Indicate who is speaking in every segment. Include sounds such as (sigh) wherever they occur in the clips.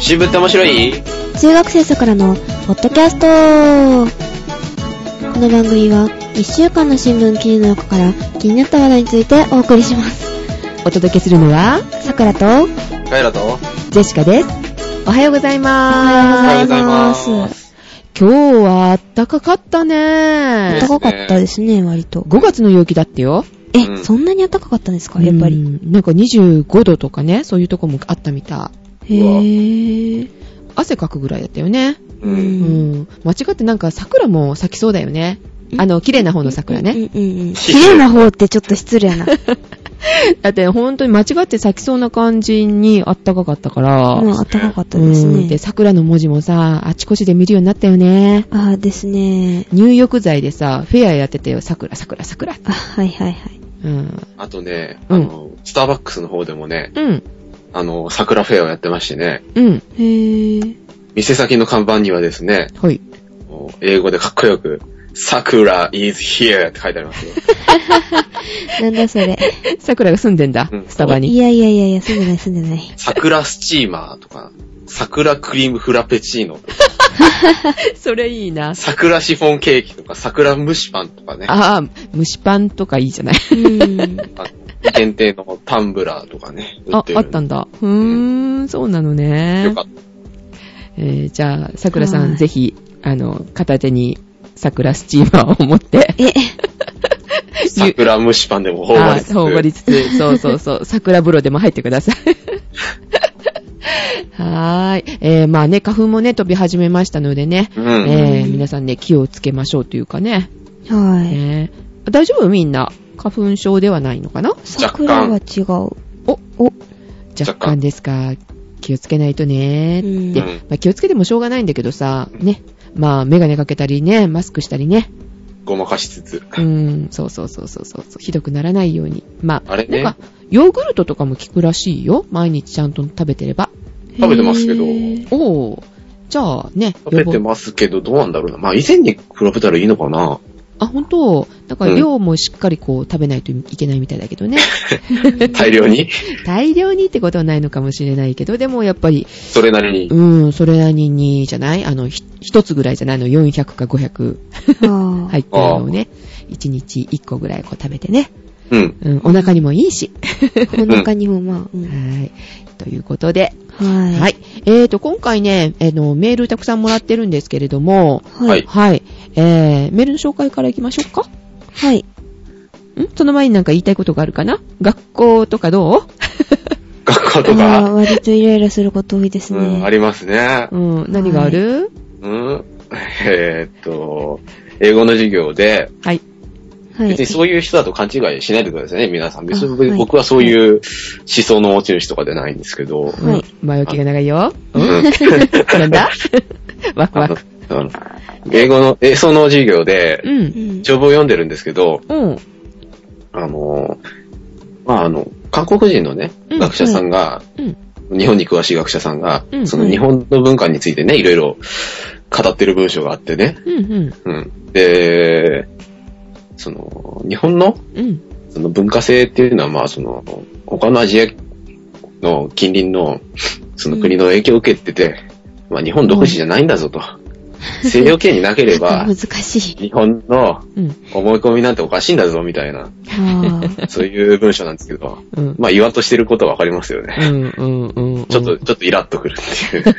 Speaker 1: 新聞って面白い
Speaker 2: 中学生さくらのポッドキャストこの番組は1週間の新聞記事の中から気になった話題についてお送りします
Speaker 3: お届けするのは、
Speaker 2: さくらと
Speaker 1: ガイラとお
Speaker 3: ジェシカです。おはようござい
Speaker 2: おは
Speaker 3: ま
Speaker 2: ようございます
Speaker 3: す。
Speaker 1: す。
Speaker 3: 今日は暖かかったね
Speaker 1: で。すね
Speaker 2: 暖かかったですね割と
Speaker 3: 5月の陽気だってよ。
Speaker 2: え、
Speaker 1: うん
Speaker 2: そんなに暖かかったんですかやっぱ
Speaker 3: う
Speaker 2: り
Speaker 3: んなんか25度とかね、そういうとこもあったみた
Speaker 2: へー
Speaker 3: い。汗かくぐらいだったよね。
Speaker 1: う。
Speaker 3: うんん。間違ってなんか桜も咲きそうだよね。あの、綺麗な方の桜ね。
Speaker 2: うんうんうん綺麗な方ってちょっと失礼やな
Speaker 3: だって本当に間違って咲きそうな感じに (laughs) あったかかったから。
Speaker 2: まあ暖かかったです
Speaker 3: うんで、
Speaker 2: ね
Speaker 3: 桜の文字もさ、あちこちで見るようになったよね。
Speaker 2: ああですね
Speaker 3: 入浴剤でさ、フェアやってたよ。桜、桜、桜。
Speaker 2: あはいはいはい
Speaker 3: うん。
Speaker 1: あとね、
Speaker 3: うん
Speaker 1: あの、スターバックスの方でもね、
Speaker 3: うん。
Speaker 1: あの、桜フェアをやってましてね、
Speaker 3: うん。
Speaker 2: へー
Speaker 1: 店先の看板にはですね、
Speaker 3: はい。 (laughs)
Speaker 1: もう英語でかっこよく、桜 is here って書いてありますよ。
Speaker 3: (laughs)
Speaker 2: なんだそれ。
Speaker 3: 桜が住んでんだ
Speaker 1: うん。
Speaker 3: スタバ
Speaker 2: い
Speaker 3: に。
Speaker 2: やいやいやいや、住んでない住んでない。
Speaker 1: 桜スチーマーとか、桜クリームフラペチーノ、
Speaker 3: それいいな。
Speaker 1: 桜シフォンケーキとか、桜蒸しパンとかね、
Speaker 3: ああ、蒸しパンとかいいじゃない。
Speaker 2: うん。
Speaker 3: (laughs)
Speaker 1: あの限定のタンブラーとかね、売
Speaker 3: あ
Speaker 1: っ、てる。
Speaker 3: あったんだ。うーん、そうなのね
Speaker 1: よ。かった。
Speaker 3: えー、じゃあ、桜さ
Speaker 2: は
Speaker 3: ん、
Speaker 2: い
Speaker 3: ぜひ、あの、片手に桜スチーマーを持って、
Speaker 2: え、
Speaker 3: ゆ
Speaker 1: 桜蒸しパンでも頬張
Speaker 3: あ
Speaker 1: りつつ。
Speaker 3: ー頬張りつつ、そうそうそう、 (laughs) 桜風呂でも入ってください。 (laughs) はーい。えー、まあね、花粉もね、飛び始めましたのでね、
Speaker 1: うん。
Speaker 3: えー、皆さんね、気をつけましょうというかね。
Speaker 2: はい。
Speaker 3: ね大丈夫みんな。花粉症ではないのかな
Speaker 2: 桜は違う。
Speaker 1: 若干
Speaker 3: 若干ですか。気をつけないとね
Speaker 2: うん
Speaker 3: で、まあ、気をつけてもしょうがないんだけどさ、ね。まあ、メガネかけたりね、マスクしたりね。
Speaker 1: ごまかしつつ。
Speaker 3: うん、そうそうそうそうそうそう。ひどくならないように。まあ、
Speaker 1: あれね
Speaker 3: なんか、ヨーグルトとかも効くらしいよ。毎日ちゃんと食べてれば。
Speaker 1: 食べてますけど
Speaker 2: へー
Speaker 3: おー。じゃあね、
Speaker 1: 食べて
Speaker 3: も。
Speaker 1: ますけど、どうなんだろうな。まあ、以前に比べたらいいのかな。
Speaker 3: あ、本当だから
Speaker 1: うん
Speaker 3: 量もしっかりこう食べないといけないみたいだけどね。
Speaker 2: (laughs)
Speaker 1: 大量に。
Speaker 3: 大量にってことはないのかもしれないけど、でもやっぱり、
Speaker 1: それなりに。
Speaker 3: うん、それなりにじゃないあの、ひ一つぐらいじゃないあの、400か500
Speaker 2: は
Speaker 3: 入ってるのをね、一日一個ぐらいこう食べてね。
Speaker 1: うん。
Speaker 3: うん、お腹にもいい
Speaker 2: い。
Speaker 3: し。
Speaker 2: お腹にもまあ、うん
Speaker 3: はい。ということで、
Speaker 2: はい。
Speaker 3: はい。えーと、今回ね、えーの、メールたくさんもらってるんですけれども、
Speaker 2: は
Speaker 1: はいい。
Speaker 3: はい。えー、メールの紹介からいきましょうか。
Speaker 2: はい。
Speaker 3: んその前になんか言いたいことがあるかな学校とかど
Speaker 1: 学校と
Speaker 2: あー
Speaker 1: か。
Speaker 2: 割とイライラすること多いです
Speaker 1: うん、あ
Speaker 2: ね。
Speaker 1: りますね
Speaker 3: う。 (laughs) うん、何がある
Speaker 1: うん。えーっと、英語の授業で、
Speaker 3: はい。
Speaker 2: はい
Speaker 1: 別に。そういう人だと勘違いしないでくださいね、皆さん。別
Speaker 2: あはい
Speaker 1: に僕はそういう思想の持ち主とかじゃないんですけど。
Speaker 3: うん
Speaker 2: はい
Speaker 3: 前置きが長いよ。
Speaker 1: うん
Speaker 3: なん (laughs) だワク
Speaker 1: あ
Speaker 3: ワ
Speaker 1: の
Speaker 3: ク。
Speaker 1: あの英語の、英語の授業で、
Speaker 3: う。
Speaker 2: うんん。
Speaker 1: 条文を読んでるんですけど、
Speaker 3: うん。
Speaker 1: あの、まあ、あの、韓国人のね、
Speaker 3: うん
Speaker 1: 学者さんが、
Speaker 3: うん
Speaker 1: 日本に詳しい学者さんが、
Speaker 3: うん
Speaker 1: その日本の文化についてね、いろいろ語ってる文章があってね、
Speaker 3: うん。うん。
Speaker 1: うん。で、その、日本の
Speaker 3: うん。
Speaker 1: その文化性っていうのは、まあ、その、他のアジアの近隣の、その国の影響を受けてて、まあ、日本独自じゃないんだぞと。西洋圏になけれ
Speaker 3: (laughs)
Speaker 1: ば
Speaker 2: 難、し
Speaker 1: (laughs)
Speaker 2: い。
Speaker 1: 日本の
Speaker 3: うん。
Speaker 1: 思い込みなんておかしいんだぞ、みたいな、
Speaker 2: あー
Speaker 1: そういう文章なんですけど、
Speaker 3: うん。
Speaker 1: まあ言わんとしてることはわかりますよね。
Speaker 3: うん。うん。うん。
Speaker 1: ちょっと、ちょっとイラっとくるっていう。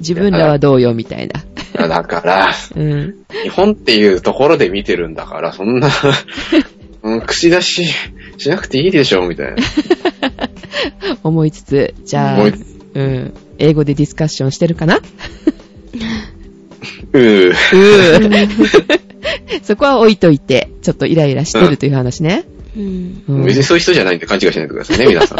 Speaker 3: 自分らはどうよ、みたい
Speaker 1: (laughs)
Speaker 3: な。
Speaker 1: だから、
Speaker 3: うん。
Speaker 1: 日本っていうところで見てるんだから、そんな、うん口出ししなくていいでしょ、みたいな。
Speaker 3: 思いつつ、じゃあ、
Speaker 1: 思
Speaker 3: う
Speaker 1: いつ
Speaker 3: ん。英語でディスカッションしてるかな (laughs)
Speaker 1: うー。
Speaker 3: そこは置いといて、ちょっとイライラしてるという話ね。
Speaker 2: うん。
Speaker 3: うん
Speaker 1: 別にそういう人じゃないんで勘違いしないでくださいね、皆さん。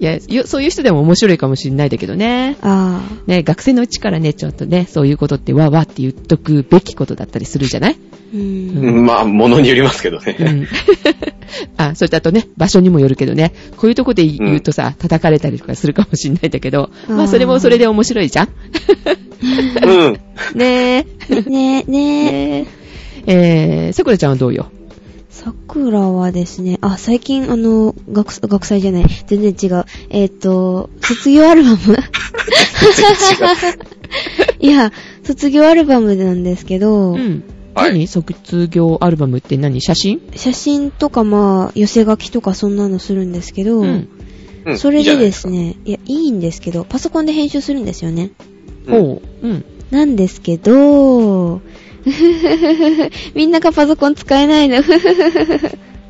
Speaker 3: いや、よそういう人でも面白いかもしれないだけどね。
Speaker 2: あ
Speaker 3: ね、学生のうちからね、ちょっとね、そういうことってわわって言っとくべきことだったりするじゃない
Speaker 2: ーうん。
Speaker 1: うんまあ、ものによりますけど
Speaker 3: う
Speaker 1: ね。
Speaker 3: ん。 (laughs) あ、それとあとね、場所にもよるけどね、こういうとこで言うとさ、叩かれたりとかするかもしんないんだけど、ま
Speaker 2: あー
Speaker 3: あそれもそれで面白いじゃん
Speaker 1: うん。
Speaker 3: ね (laughs)
Speaker 2: ねえ、
Speaker 3: え。
Speaker 2: ねえ。
Speaker 3: えー、さくらちゃんはどうよ
Speaker 2: 桜はですね、あ、最近あの、学、学祭じゃない、全然違う。えっ、と、卒業アルバム (laughs) いや、卒業アルバムなんですけど、
Speaker 3: うん。
Speaker 1: はい
Speaker 3: 何卒業アルバムって何写真
Speaker 2: 写真とかまあ、寄せ書きとかそんなのするんですけど、
Speaker 3: うん。
Speaker 1: うん
Speaker 2: (laughs) それでです。
Speaker 1: いい
Speaker 2: ね、いや、いいんですけど、パソコンで編集するんですよね。
Speaker 1: じゃないですかうん
Speaker 3: おう。うん。
Speaker 2: なんですけど、 (laughs) みんながパソコン使えないの、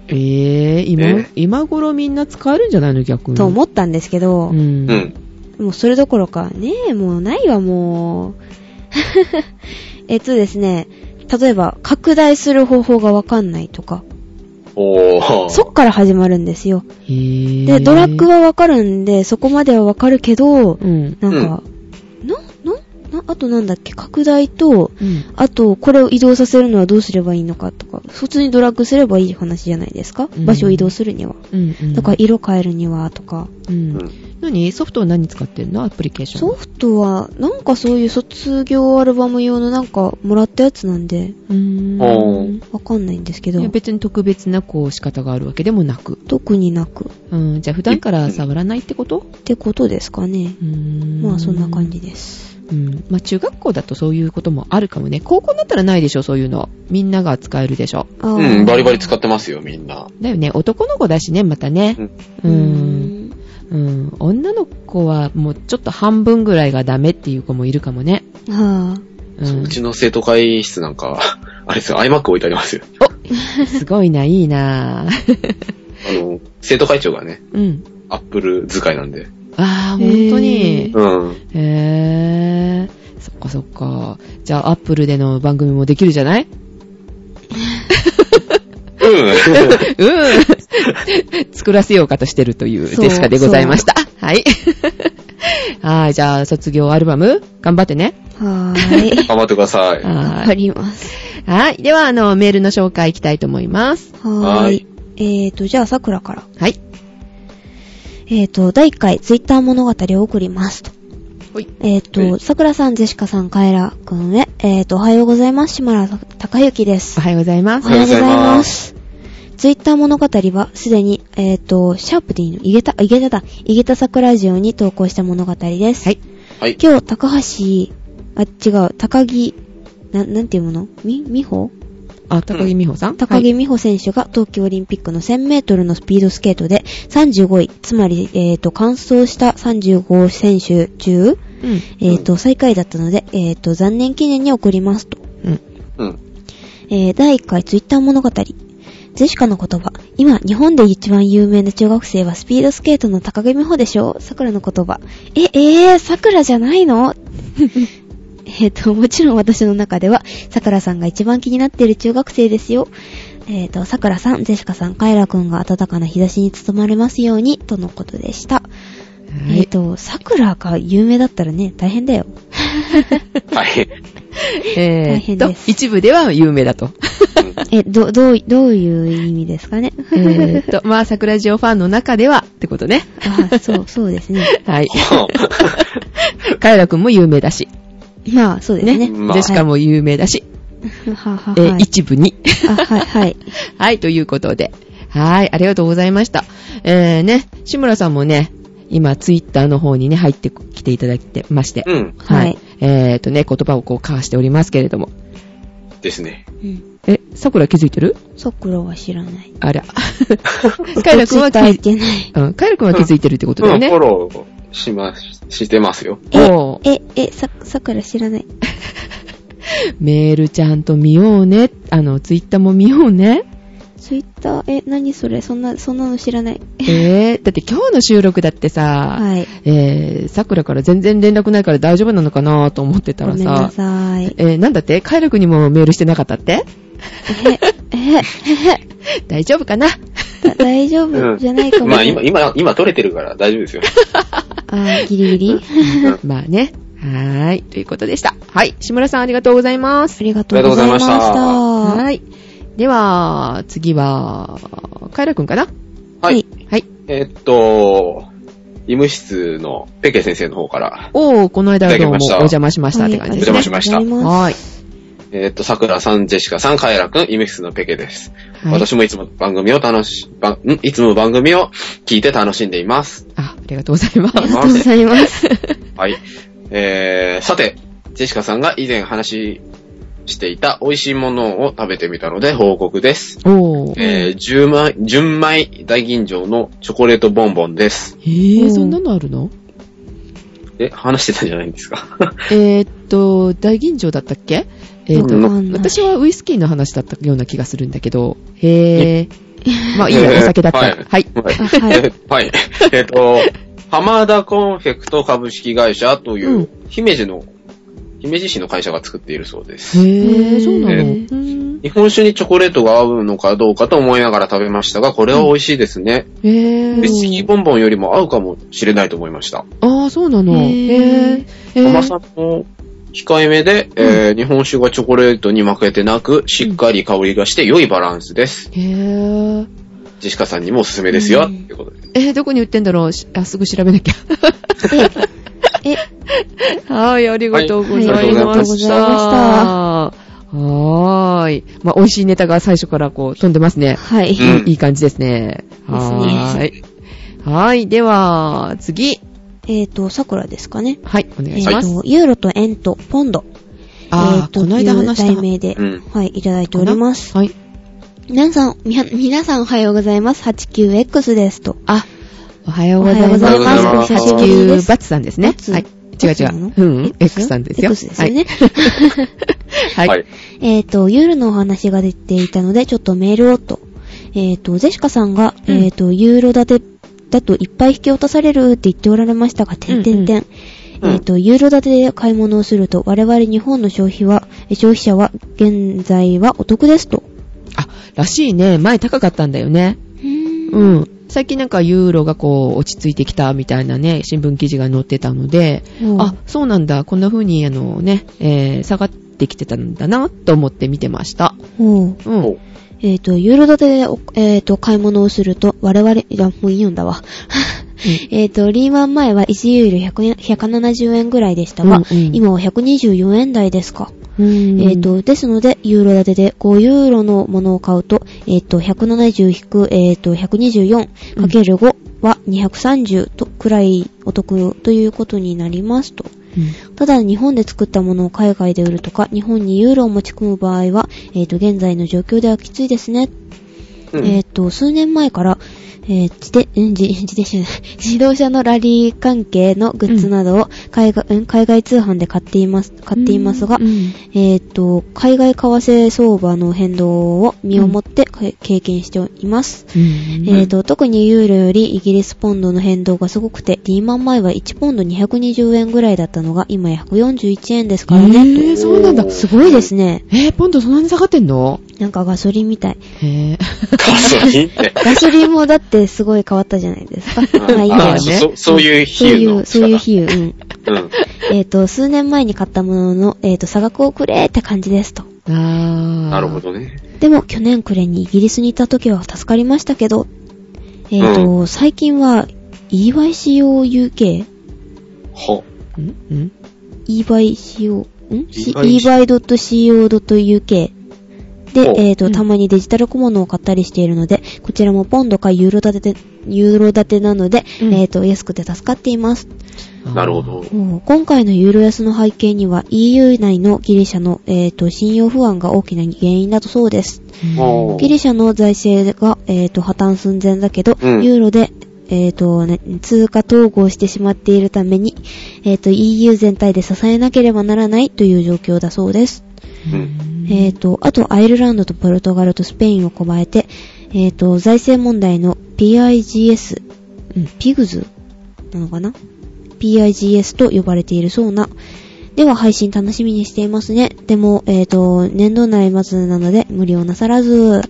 Speaker 3: ええ今
Speaker 1: ね、
Speaker 3: 今頃みんな使えるんじゃないの逆
Speaker 2: (laughs)
Speaker 3: に。
Speaker 2: と思ったんですけど、
Speaker 3: うん。
Speaker 1: うん。
Speaker 2: もうそれどころか、ねえ、もうないわ、もう。 (laughs) えっとですね、例えば、拡大する方法がわかんないとか、
Speaker 1: おー。
Speaker 2: そっから始まるんですよ。
Speaker 3: へえ
Speaker 2: で、ドラッグはわかるんで、そこまではわかるけど、
Speaker 3: うん。
Speaker 2: なんか、な、な、な、あとなんだっけ、拡大と、
Speaker 3: うん。
Speaker 2: あと、これを移動させるのはどうすればいいのかとか、普通にドラッグすればいい話じゃないですか
Speaker 3: うん
Speaker 2: 場所を移動するには。
Speaker 3: うん。うん
Speaker 2: だから、、色変えるには、とか。
Speaker 3: う。
Speaker 1: うんん。
Speaker 3: 何ソフトは何使ってんのアプリケーション。
Speaker 2: ソフトは、なんかそういう卒業アルバム用のなんかもらったやつなんで、
Speaker 3: う
Speaker 1: お
Speaker 3: ーん
Speaker 1: う。
Speaker 2: わかんないんですけ
Speaker 3: い
Speaker 2: ど
Speaker 3: や、別に特別なこう仕方があるわけでもなく。
Speaker 2: 特になく。
Speaker 3: うん。じゃあ普段から触らないってこと
Speaker 2: ってことですかね。
Speaker 3: うーん。
Speaker 2: まあ、そんな感じ。です。
Speaker 3: うん。まあ中学校だとそういうこともあるかもね。高校だったらないでしょ、そういうの。みんなが使えるでしょ。
Speaker 2: あ
Speaker 1: うん、バリバリ
Speaker 2: う。
Speaker 1: 使ってますよ、みんな。
Speaker 3: だよね。男の子だしね、またね。
Speaker 2: う
Speaker 3: う
Speaker 2: ー
Speaker 3: ん。
Speaker 2: ん。
Speaker 3: うん。女の子はもうちょっと半分ぐらいがダメっていう子もいるかもね。
Speaker 2: はぁ。
Speaker 3: う
Speaker 1: そうんう。ちの生徒会室なんか、あれですよ、iMac 置いてありますよ。
Speaker 3: すごいな、いいな
Speaker 1: あの、生徒会長がね、
Speaker 3: (laughs) うん。
Speaker 1: Apple 使いなんで。
Speaker 3: ああ、本当
Speaker 2: へ
Speaker 3: に。
Speaker 1: (laughs) うん。
Speaker 3: へえ。そっかそっか。じゃあ、アップルでの番組もできるじゃない (laughs)
Speaker 1: うん。
Speaker 3: うん。 (laughs) 作らせようかとしてるという
Speaker 2: そう
Speaker 3: デスカでございました。はい。 (laughs) はい、じゃあ、卒業アルバム、頑張ってね。
Speaker 2: は
Speaker 3: (laughs)
Speaker 2: ーい。
Speaker 1: 頑張ってください。
Speaker 2: わ
Speaker 3: は
Speaker 2: か
Speaker 3: い。
Speaker 2: ります。
Speaker 3: はい。では、あの、メールの紹介いきたいと思います。
Speaker 2: はー
Speaker 1: はいい。
Speaker 2: えーと、じゃあ、桜から。
Speaker 3: はい。
Speaker 2: えっ、と、第1回、ツイッター物語を送りますと。
Speaker 3: ほい
Speaker 2: えっ、と、桜さん、ジェシカさん、カエラくんへ、えっ、と、おはようございます。島村隆之です
Speaker 3: お。はようございま
Speaker 2: お
Speaker 3: す。
Speaker 1: はようございます
Speaker 2: す。ツイッター物語は、すでに、えっ、と、シャープでいいの、いげた、いげただ、いげた桜ジオに投稿した物語です。
Speaker 3: はい。
Speaker 1: はい。
Speaker 2: 今日、高橋、あ、違う、高木、な、なんていうものみ、みほ
Speaker 3: あ、高木美穂さん
Speaker 2: 高木美帆選手が東京オリンピックの1000メートルのスピードスケートで35位、つまり、えっ、と、完走した35選手中、
Speaker 3: うん。
Speaker 2: えっ、と、最下位だったので、えっ、と、残念記念に送りますと。
Speaker 3: うん。
Speaker 1: うん。
Speaker 2: えー第1回ツイッター物語。ジェシカの言葉。今、日本で一番有名な中学生はスピードスケートの高木美帆でしょ桜の言葉。え、えー、桜じゃないの (laughs) えっと、もちろん私の中では、桜さんが一番気になっている中学生ですよ。えっ、と、桜さん、ジェシカさん、カエラくんが暖かな日差しに包まれますように、とのことでした。
Speaker 3: は
Speaker 2: えっ、
Speaker 3: い。
Speaker 2: と、桜が有名だったらね、大変だよ。 (laughs)
Speaker 1: はい。
Speaker 3: え
Speaker 2: 大
Speaker 3: ー、
Speaker 2: 変
Speaker 3: と
Speaker 2: で、す
Speaker 3: 一部では有名
Speaker 2: (laughs)
Speaker 3: だと。
Speaker 2: え、ど、どう、どういう意味です
Speaker 3: (laughs)
Speaker 2: かね。
Speaker 3: えーと、まあ、桜ジオファンの中ではってことね。
Speaker 2: あ、そう、そうですね。
Speaker 3: はい。
Speaker 1: は
Speaker 3: カエラくんも有名だし、
Speaker 2: まあ、そうですね。
Speaker 3: ね。
Speaker 1: まあ
Speaker 3: ジェシカも有名だし、
Speaker 2: はは
Speaker 3: えー
Speaker 2: はい。
Speaker 3: 一部に。
Speaker 2: あ、はい、はい。
Speaker 3: (laughs) はい、ということで。はい、ありがとうございました。えーね、志村さんもね、今、ツイッターの方にね、入ってきていただいてまして。
Speaker 1: うん。
Speaker 2: はい。
Speaker 3: えーとね、言葉をこう交わしておりますけれども。
Speaker 1: ですね。
Speaker 2: うん。
Speaker 3: え、桜気づいてる
Speaker 2: 桜は知らない。(laughs)
Speaker 3: あら。カエラくんは気
Speaker 2: 伝え
Speaker 3: づ、
Speaker 2: てない。
Speaker 3: うん、カエラくんは気づいてるってことだ
Speaker 1: う
Speaker 3: よ
Speaker 1: ん、フ
Speaker 3: ね。
Speaker 1: ォローしま、してますよ。
Speaker 3: おー
Speaker 2: え、え、さ、桜知らない。
Speaker 3: メールちゃんと見ようね。あの、ツイッターも見ようね。
Speaker 2: ツイッター、え、何それそんな、そんなの知らない。
Speaker 3: えー、だって今日の収録だってさ、
Speaker 2: はい。
Speaker 3: えー、桜から全然連絡ないから大丈夫なのかなと思ってた
Speaker 2: ご
Speaker 3: ら
Speaker 2: めんな
Speaker 3: さ、
Speaker 2: さい。
Speaker 3: えー、なんだってカエル君にもメールしてなかったって
Speaker 2: え、え、
Speaker 3: 大丈夫かな (laughs)
Speaker 2: だ大丈夫じゃないかも。
Speaker 1: まあ今、今、今取れてるから大丈夫です
Speaker 2: (laughs)
Speaker 1: よ。
Speaker 2: あ、ギリギリ。
Speaker 1: うん
Speaker 3: まあね。はーい。ということでした。はい。志村さんありがとうございます
Speaker 2: あ。りがとうございまし
Speaker 1: ありがとうご
Speaker 2: た。
Speaker 3: はーい。では、次は、カエル君かな
Speaker 1: は
Speaker 2: はい
Speaker 1: い。
Speaker 3: はい。
Speaker 1: えーっと、医務室のペケ先生の方から、
Speaker 3: おー、この間はどうも
Speaker 1: いただきま
Speaker 3: お
Speaker 1: した
Speaker 3: 邪魔しました
Speaker 2: は
Speaker 3: っ
Speaker 2: い
Speaker 3: て感じ
Speaker 1: お
Speaker 3: です
Speaker 1: 邪
Speaker 3: ね
Speaker 1: 魔し。ました
Speaker 2: ありがとうございます
Speaker 3: はい。
Speaker 1: えーっと、桜さん、ジェシカさん、カエラくん、イメキスのペケです。
Speaker 3: はい
Speaker 1: 私もいつも番組を楽し、ばんいつも番組を聞いて楽しんでいます。
Speaker 3: あ、ありがとうございま
Speaker 2: あり
Speaker 3: す。
Speaker 2: がとうございます。
Speaker 1: はい。えー、さて、ジェシカさんが以前話していた美味しいものを食べてみたので報告です。
Speaker 3: (laughs) おー。
Speaker 1: えー、純米、純米大吟醸のチョコレートボンボンです。
Speaker 3: えー、
Speaker 2: お
Speaker 3: そんなのあるの
Speaker 1: え、話してたんじゃないんですか (laughs)
Speaker 3: えーっと、大吟醸だったっけえーっと、
Speaker 1: うん
Speaker 2: わかんない
Speaker 3: 私はウイスキーの話だったような気がするんだけど。へえ。まあいい
Speaker 1: え
Speaker 3: や、
Speaker 1: ー
Speaker 3: お酒だった
Speaker 1: は
Speaker 3: ら。
Speaker 1: い
Speaker 3: はい。、
Speaker 1: はい
Speaker 2: あ。はい。
Speaker 1: はい。えっと、浜田コンフェクト株式会社といううん姫路の、姫路市の会社が作っているそうです。
Speaker 3: へえ、そうなの。
Speaker 1: え
Speaker 2: ー
Speaker 3: うん
Speaker 1: 日本酒にチョコレートが合うのかどうかと思いながら食べましたが、これは美味しいですね。
Speaker 3: へえ
Speaker 1: ウイスキーボンボンよりも合うかもしれないと思いました。
Speaker 3: ああ、そうなの。
Speaker 2: へ
Speaker 3: へ
Speaker 2: ー
Speaker 3: え。へー
Speaker 1: 甘さも控えめで、えー日本酒がチョコレートに負けてなく、しっかり香りがして良いバランスです。
Speaker 3: へえ。
Speaker 1: ジェシカさんにもおすすめですよ、
Speaker 2: う
Speaker 1: と
Speaker 2: ん
Speaker 1: いうことで。
Speaker 3: えー、どこに売ってんだろうしあ、すぐ調べなきゃ。
Speaker 2: え、
Speaker 3: はい、ありがとうございました。
Speaker 2: は
Speaker 3: はーい。まあ、美味しいネタが最初からこう飛んでますね。
Speaker 2: はい。
Speaker 1: うん
Speaker 3: いい感じですね。はーい。はーい。では、次。
Speaker 2: えっ、と、桜ですかね。
Speaker 3: はい、お願
Speaker 2: え
Speaker 3: い
Speaker 2: っ、
Speaker 3: します。
Speaker 2: と、ユーロと円とポンド。え
Speaker 3: あ
Speaker 2: ー
Speaker 3: ー、
Speaker 2: と
Speaker 3: この間話
Speaker 2: とい
Speaker 3: し
Speaker 2: う
Speaker 3: た。
Speaker 2: 題名で、
Speaker 1: うん
Speaker 2: はい、いただいております。
Speaker 3: はい。
Speaker 2: 皆さん、みな、皆さんおはようございます。89X ですと。
Speaker 3: あ、おはようございます。
Speaker 2: おはよ
Speaker 1: うございます
Speaker 3: 八
Speaker 1: おはようござい
Speaker 2: ます
Speaker 3: 九バツさんですね。
Speaker 2: ツ
Speaker 3: はい。違う違う。うんうん、X さんですよ。
Speaker 2: X ですよね。
Speaker 3: は
Speaker 1: (laughs)
Speaker 3: い。はい。。
Speaker 2: えっと、ユーロのお話が出ていたので、ちょっとメールをと。えっ、と、ゼシカさんが、
Speaker 3: うん
Speaker 2: えっ、と、ユーロ建てだといっぱい引き落とされるって言っておられましたが、てんてんてん。
Speaker 1: うん
Speaker 2: えっ、と、ユーロ建てで買い物をすると、我々日本の消費は、え消費者は、現在はお得ですと。
Speaker 3: あ、らしいね。前高かったんだよね。
Speaker 2: う。
Speaker 3: うんん。最近なんかユーロがこう落ち着いてきたみたいなね、新聞記事が載ってたので、あ、そうなんだ、こんな風にあのね、えー、下がってきてたんだなと思って見てました。
Speaker 2: おう
Speaker 3: うん。
Speaker 1: お
Speaker 2: えっ、と、ユーロ建てでお、えっ、と、買い物をすると、我々、いや、もう読んだわ。 (laughs) えっと、リーマン前は1ユーロ100円、170円ぐらいでしたが、
Speaker 3: うんうん
Speaker 2: 今は124円台ですか。
Speaker 3: うん
Speaker 2: えっ、、と、ですので、ユーロ建てで5ユーロのものを買うと、えっ、と、170引く、えっ、と、124×5 は230とくらいお得ということになりますと。
Speaker 3: うん
Speaker 2: ただ、日本で作ったものを海外で売るとか、日本にユーロを持ち込む場合は、えっ、と、現在の状況ではきついですね。
Speaker 1: うん
Speaker 2: えっ、と、数年前から、えー自転、うん自自転車 (laughs) じゃない自動車のラリー関係のグッズなどを海外、うん海外通販で買っています、買っていますが
Speaker 3: う、ん
Speaker 2: えっ、と、海外為替相場の変動を身をもってか経験しています。
Speaker 3: うん
Speaker 2: えっ、と、特にユーロよりイギリスポンドの変動がすごくて、リーマン前は1ポンド220円ぐらいだったのが、今や141円ですから
Speaker 3: え
Speaker 2: ね。
Speaker 3: ー、そうなんだ。
Speaker 2: すごいですね。
Speaker 3: えー、ポンドそんなに下がってんの
Speaker 2: なんかガソリンみたい。
Speaker 3: へー。
Speaker 1: ガソリンって。
Speaker 2: ガソリンもだってすごい変わったじゃないです
Speaker 3: (laughs)
Speaker 2: か。まあいい
Speaker 1: あ
Speaker 2: や
Speaker 1: ー
Speaker 3: ね
Speaker 1: そそそういう比
Speaker 2: そう
Speaker 1: 喩
Speaker 2: い
Speaker 1: の
Speaker 2: う、
Speaker 1: 仕
Speaker 2: そういう
Speaker 1: 方。
Speaker 2: 比
Speaker 1: (laughs)
Speaker 2: 喩。う
Speaker 1: う
Speaker 2: ん。
Speaker 1: ん。
Speaker 2: えっ、と、数年前に買ったものの、えっ、と、差額をくれって感じですと。
Speaker 3: (laughs) あー。な
Speaker 1: なるほ。どね。
Speaker 2: でも去年暮れにイギリスにいた時は助かりましたけど、えっ、と、
Speaker 1: う
Speaker 2: 最近は EYCOUK?
Speaker 1: ほ。
Speaker 3: んん
Speaker 2: EYCO? ん
Speaker 1: EY
Speaker 2: ?EY.CO.UK で
Speaker 1: お、
Speaker 2: えっ、と、
Speaker 3: うん
Speaker 2: たまにデジタル小物を買ったりしているので、こちらもポンドかユーロ建てで、ユーロ建てなので、
Speaker 3: うん
Speaker 2: えっ、と、安くて助かっています。
Speaker 1: なるほど。。
Speaker 2: うん今回のユーロ安の背景には EU 内のギリシャの、えー、と信用不安が大きな原因だとそうです。
Speaker 1: お
Speaker 2: ギリシャの財政が、えー、と破綻寸前だけど、
Speaker 1: うん
Speaker 2: ユーロで、えーとね通貨統合してしまっているために、えー、と EU 全体で支えなければならないという状況だそうです。
Speaker 1: うん
Speaker 2: えー、と、あとアイルランドとポルトガルとスペインを加えて、えー、と財政問題の PIGS、
Speaker 3: うん
Speaker 2: ピグズなのかな ?PIGS と呼ばれているそうな。では配信楽しみにしていますね。でも、えー、と、年度内末なので無理をなさらず。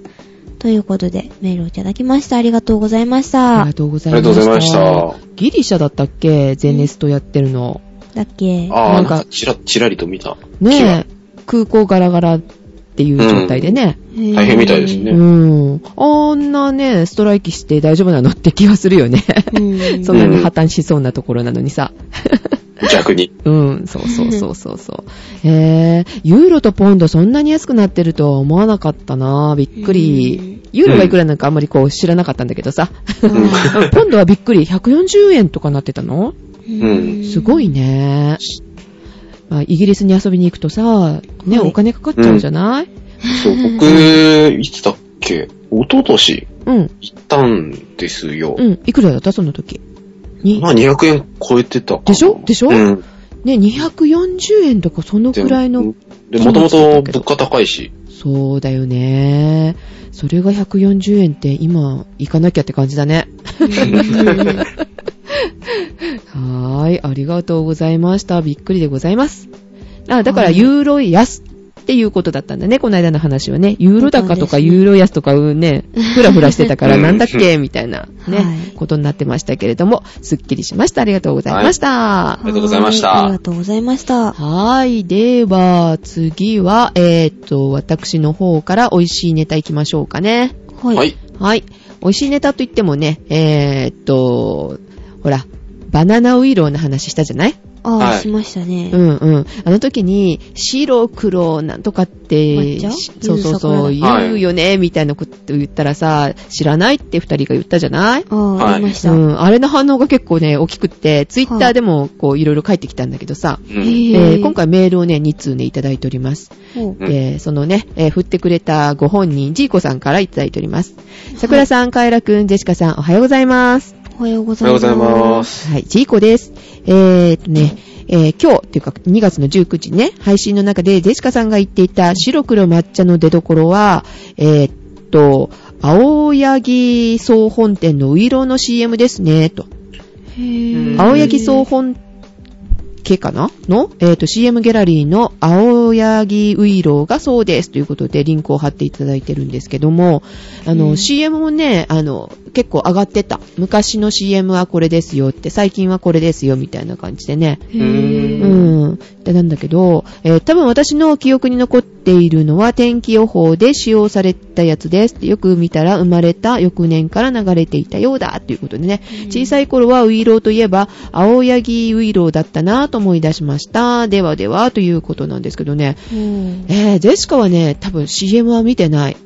Speaker 2: ということで、メールをいただきました。ありがとうございまし
Speaker 3: あ
Speaker 2: た
Speaker 3: りが。とうござ
Speaker 1: あ
Speaker 3: い
Speaker 1: り
Speaker 3: ま
Speaker 1: が
Speaker 3: し
Speaker 1: と
Speaker 3: た。
Speaker 1: うございました。
Speaker 3: ギリシャだったっけゼネストやってるの。
Speaker 2: だっけ
Speaker 1: あ
Speaker 3: な
Speaker 1: あ、
Speaker 3: んか
Speaker 1: なんか、ちら、ちらりと見た。
Speaker 3: ねえ、空港ガラガラっていう状態でね。
Speaker 1: 大変みたいです
Speaker 3: う
Speaker 1: ね
Speaker 3: ん。あんなね、ストライキして大丈夫なのって気はするよね。
Speaker 2: うん。
Speaker 3: そんなに破綻しそうなところなのにさ。
Speaker 1: 逆に。
Speaker 3: うん、そうそうそうそうそう。へえユーロとポンドそんなに安くなってるとは思わなかったなびっくり。ユーロがいくらなんかあんまりこう知らなかったんだけどさ。ポンドはびっくり。140円とかなってたの
Speaker 1: ん
Speaker 3: すごいね。まあ、イギリスに遊びに行くとさ、ね、
Speaker 2: はい
Speaker 3: お金かかっちゃうじゃない (laughs)
Speaker 1: そう、僕、いつだっけ一昨年
Speaker 3: うん、
Speaker 1: 行ったんですよ。
Speaker 3: うん。いくらだったその時。に
Speaker 1: ま、あ200円超えてたかな
Speaker 3: でしょでしょ
Speaker 1: うん。
Speaker 3: ね、240円とかそのくらいの。
Speaker 1: で、もともと物価高いし。
Speaker 3: そうだよね。それが140円って今、行かなきゃって感じだね。はーい、ありがとうございました。びっくりでございます。あ、だから、
Speaker 2: はい
Speaker 3: ユーロ安っていうことだったんだね、この間の話はね。ユーロ高と
Speaker 2: そ
Speaker 3: か
Speaker 2: うですね
Speaker 3: ユーロ安とかうんね、ふらふらしてたか
Speaker 2: (laughs)
Speaker 3: ら
Speaker 1: うん
Speaker 3: なんだっけみたいなね、
Speaker 2: はい
Speaker 3: ことになってましたけれども、すっきりしました。ありがとうございました。は
Speaker 1: りがとうございました
Speaker 2: はーありがとうございました。
Speaker 3: ーい。では、次は、えーっと、私の方から美味しいネタ行きましょうかね。
Speaker 2: はい。
Speaker 1: はい。
Speaker 3: はい。美味しいネタといってもね、えーっと、ほら、バナナウイローの話したじゃない
Speaker 2: ああ、
Speaker 1: はい
Speaker 2: しましたね。
Speaker 3: うんうん。あの時に、白黒なんとかって
Speaker 2: 抹茶、
Speaker 3: そうそうそう、
Speaker 2: 柚
Speaker 1: 子桜
Speaker 3: 言うよね、みたいなこと言ったらさ、知らないって二人が言ったじゃない
Speaker 2: ああ、
Speaker 1: はい
Speaker 2: ありまし
Speaker 3: う
Speaker 2: た。
Speaker 3: ん、あれの反応が結構ね、大きくって、ツイッターでもこういろいろ書いてきたんだけどさ、
Speaker 1: う
Speaker 2: え
Speaker 1: ん。
Speaker 3: えー今、回メールをね、2通ね、いただいております。
Speaker 2: ほう
Speaker 1: うん
Speaker 3: えーそのね、えー振ってくれたご本人、ジーコさんからいただいております。桜さん、カエラくん、ジェシカさん、おはようございます。
Speaker 2: おはようご
Speaker 1: お
Speaker 2: ざ
Speaker 1: はよ
Speaker 2: いうま
Speaker 1: ご
Speaker 2: す。
Speaker 1: ざいます。
Speaker 3: はい、ジーコです。えー、とね、えー今日、というか2月の19日ね、配信の中でデシカさんが言っていた白黒抹茶の出所は、えー、っと、青柳総本店のウイローの CM ですね、と。
Speaker 2: へー
Speaker 1: うん
Speaker 3: 青柳総本家かなの、えー、と CM ギャラリーの青柳ウイローがそうですということでリンクを貼っていただいてるんですけども、あの、
Speaker 2: うん
Speaker 3: CM もね、あの、結構上がってた。昔の CM はこれですよって、最近はこれですよみたいな感じでね。
Speaker 2: へー
Speaker 3: うん。ってなんだけど、えー多分私の記憶に残っているのは天気予報で使用されたやつです。よく見たら生まれた翌年から流れていたようだ。ということでね。小さい頃はウイローといえば、青柳ウイローだったなぁと思い出しました。ではでは、ということなんですけどね。
Speaker 2: うん
Speaker 3: えー、ジェシカはね、多分 CM は見てない。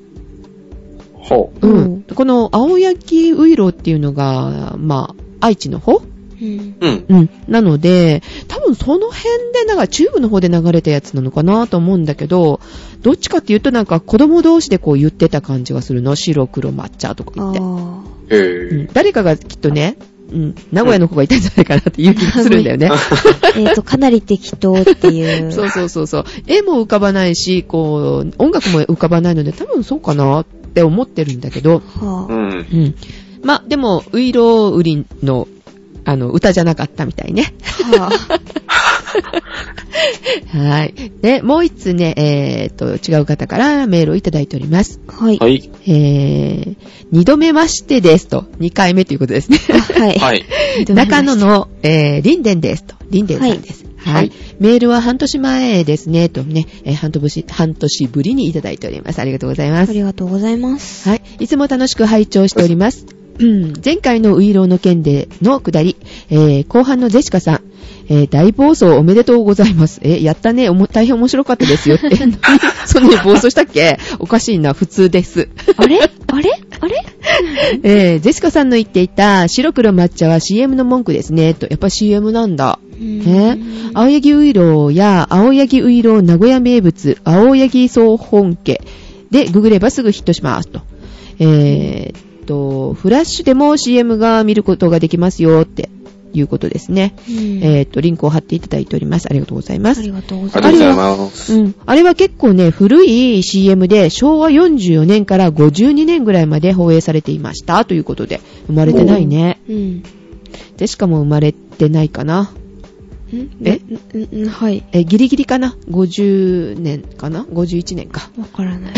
Speaker 1: ほ
Speaker 3: う
Speaker 2: うん
Speaker 3: ん。この青柳ウイローっていうのが、まあ、愛知の方
Speaker 2: うん
Speaker 1: う。うん。
Speaker 3: うん。なので、多分その辺で、なんか中部の方で流れたやつなのかなと思うんだけど、どっちかっていうとなんか子供同士でこう言ってた感じがするの。白黒抹茶とか言って。
Speaker 2: あ
Speaker 1: (laughs) へ
Speaker 3: うん
Speaker 1: ぇ
Speaker 3: 誰かがきっとね、うん、名古屋の子がいたんじゃないかなっていう気がするんだよね。
Speaker 2: あ。えっと、かなり適当っていう。
Speaker 3: (laughs) そうそうそうそう。絵も浮かばないし、こう、音楽も浮かばないので、多分そうかなって思ってるんだけど、
Speaker 2: は
Speaker 1: う
Speaker 2: あ。
Speaker 1: ん。
Speaker 3: うん。まあ、でも、ウイロウリンの、あの、歌じゃなかったみたいね。 (laughs)
Speaker 2: は
Speaker 3: はい。で、もう一つね、えー、っと、違う方からメールをいただいております。
Speaker 2: あ。はい。
Speaker 1: は
Speaker 2: はい。
Speaker 1: い。
Speaker 3: えー、二度目ましてですと。二回目ということですね。
Speaker 2: は
Speaker 1: はい。
Speaker 2: い。
Speaker 3: 中野の、えー、リンデンですと。リンデンさんです。はい。
Speaker 1: はい
Speaker 3: メールは半年前ですね、とね、えー半年、半年ぶりにいただいております。ありがとうございま
Speaker 2: あ
Speaker 3: す。
Speaker 2: りがとうございます。
Speaker 3: はい。いつも楽しく拝聴しております。うん。前回のウイローの件でのくだり、えー、後半のゼシカさん、えー、大暴走おめでとうございます。えーやったね、おも、大変面白かったですよって。 (laughs) そんなに暴走したっけおかしいな、普通です。
Speaker 2: あれあれあれ
Speaker 3: えー、ジェシカさんの言っていた白黒抹茶は CM の文句ですね、と。やっぱ CM なんだ。ね、青柳ウイローや青柳ウイロー名古屋名物、青柳総本家でググればすぐヒットします、と。えーっと、フラッシュでも CM が見ることができますよ、っていうことですね。
Speaker 2: うん
Speaker 3: えーっと、リンクを貼っていただいております。ありがとうございま
Speaker 2: あ
Speaker 3: す
Speaker 2: り。がとうご
Speaker 1: あ
Speaker 2: ざ
Speaker 1: り
Speaker 2: い
Speaker 1: が
Speaker 2: ま
Speaker 1: とうご
Speaker 2: す。
Speaker 1: ざいます。
Speaker 3: うん。あれは結構ね、古い CM で、昭和44年から52年ぐらいまで放映されていました、ということで。生まれてないね。
Speaker 2: うん。
Speaker 3: で、しかも生まれてないかな。え
Speaker 2: んんんはい。
Speaker 3: え、ギリギリかな ?50 年かな ?51 年か。
Speaker 2: わから
Speaker 3: (laughs)
Speaker 2: ない。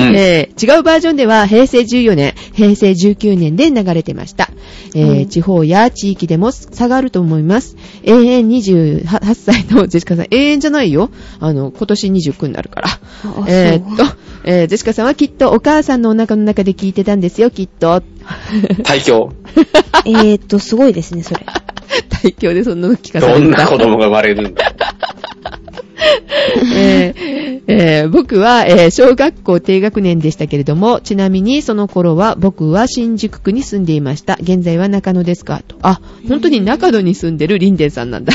Speaker 1: うん
Speaker 3: えー違うバージョンでは平成14年、平成19年で流れてました。えー
Speaker 2: うん
Speaker 3: 地方や地域でも差があると思います。永遠28歳のジェシカさん、永遠じゃないよ。あの、今年29になるから。
Speaker 2: あ
Speaker 3: えーっと、えージェシカさんはきっとお母さんのお腹の中で聞いてたんですよ、きっと。 (laughs)
Speaker 1: 対響。
Speaker 2: (laughs) えーっと、すごいですね、それ。
Speaker 3: 最強でそんなの聞かされ
Speaker 1: ど
Speaker 3: る
Speaker 1: ん
Speaker 3: んだ
Speaker 1: な子供が生まれるんだ。
Speaker 3: (laughs) えーえー僕は、えー小学校低学年でしたけれども、ちなみにその頃は僕は新宿区に住んでいました。現在は中野ですかと。あ、本当に中野に住んでるリンデンさんなんだ。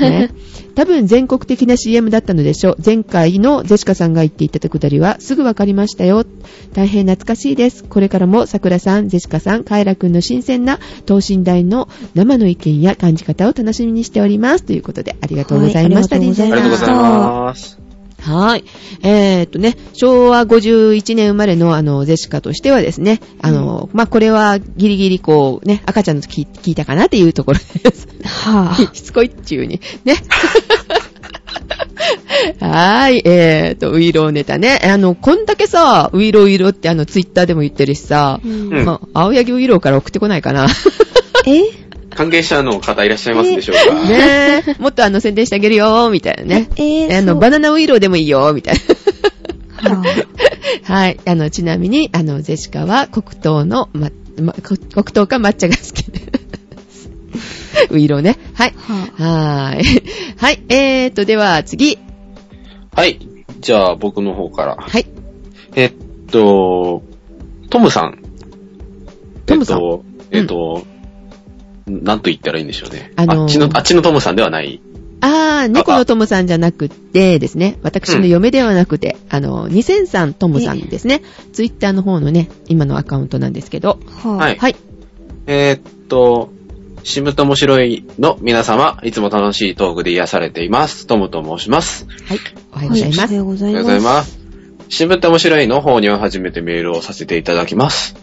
Speaker 3: ね多分全国的な CM だったのでしょう。前回のゼシカさんが言っていたくだりはすぐわかりましたよ。大変懐かしいです。これからも桜さん、ゼシカさん、カエラくんの新鮮な等身大の生の意見や感じ方を楽しみにしております。ということで、ありがとうございました、
Speaker 2: はいありがとうござ
Speaker 1: あ
Speaker 2: い
Speaker 1: り
Speaker 2: ま
Speaker 1: が
Speaker 2: す
Speaker 1: とうございます。
Speaker 3: はい。えーっとね、昭和51年生まれの、あの、ゼシカとしてはですね、あの、まあ、これはギリギリこう、ね、赤ちゃんの聞い聞いたかなっていうところです。
Speaker 2: はぁ、
Speaker 3: (laughs) しつこいっちゅうに。
Speaker 2: (laughs)
Speaker 3: ね。はーい。えーっと、ウイローネタね。あの、こんだけさ、ウイロウイロってあの、ツイッターでも言ってるしさ、
Speaker 2: うん
Speaker 1: うん
Speaker 3: まあ、青柳ウイローから送ってこない
Speaker 2: (laughs)
Speaker 3: かな。
Speaker 2: え
Speaker 1: 関係者の方いらっしゃいますでしょうか、
Speaker 3: ねえもっとあの、宣伝してあげるよーみたいなね。
Speaker 2: えー
Speaker 3: あの、
Speaker 2: そう
Speaker 3: バナナウイローでもいいよーみたいな。
Speaker 2: はぁ。
Speaker 3: はい。あの、ちなみに、あの、ゼシカは黒糖の、ま、ま黒黒糖か抹茶が好きです。 (laughs) ウイローね。はい。
Speaker 2: はぁ。
Speaker 3: はーい。はい。えーと、では次。
Speaker 1: はい。じゃあ、僕の方から。
Speaker 3: はい。
Speaker 1: えっと、トムさん。
Speaker 3: トムさ
Speaker 1: えっ
Speaker 3: ん
Speaker 1: と、えっと、なんと言ったらいいんでしょうね。
Speaker 3: あのー
Speaker 1: あっちの、あっちのトムさんではない。
Speaker 3: あー、猫の友さんじゃなくてですね、私の嫁ではなくて、あの、2003トムさんですね。ツイッターの方のね、今のアカウントなんですけど。
Speaker 2: はぁ。
Speaker 1: はい
Speaker 3: はい。
Speaker 1: えーっと、しぶともしろいの皆様、いつも楽しいトークで癒されています。トムと申します。
Speaker 3: はい。おはようございます。
Speaker 2: おはようござ
Speaker 1: あ
Speaker 2: い
Speaker 1: り
Speaker 2: ま
Speaker 1: がとう
Speaker 2: す。
Speaker 1: ございます。しぶともしろいの方には初めてメールをさせていただきます。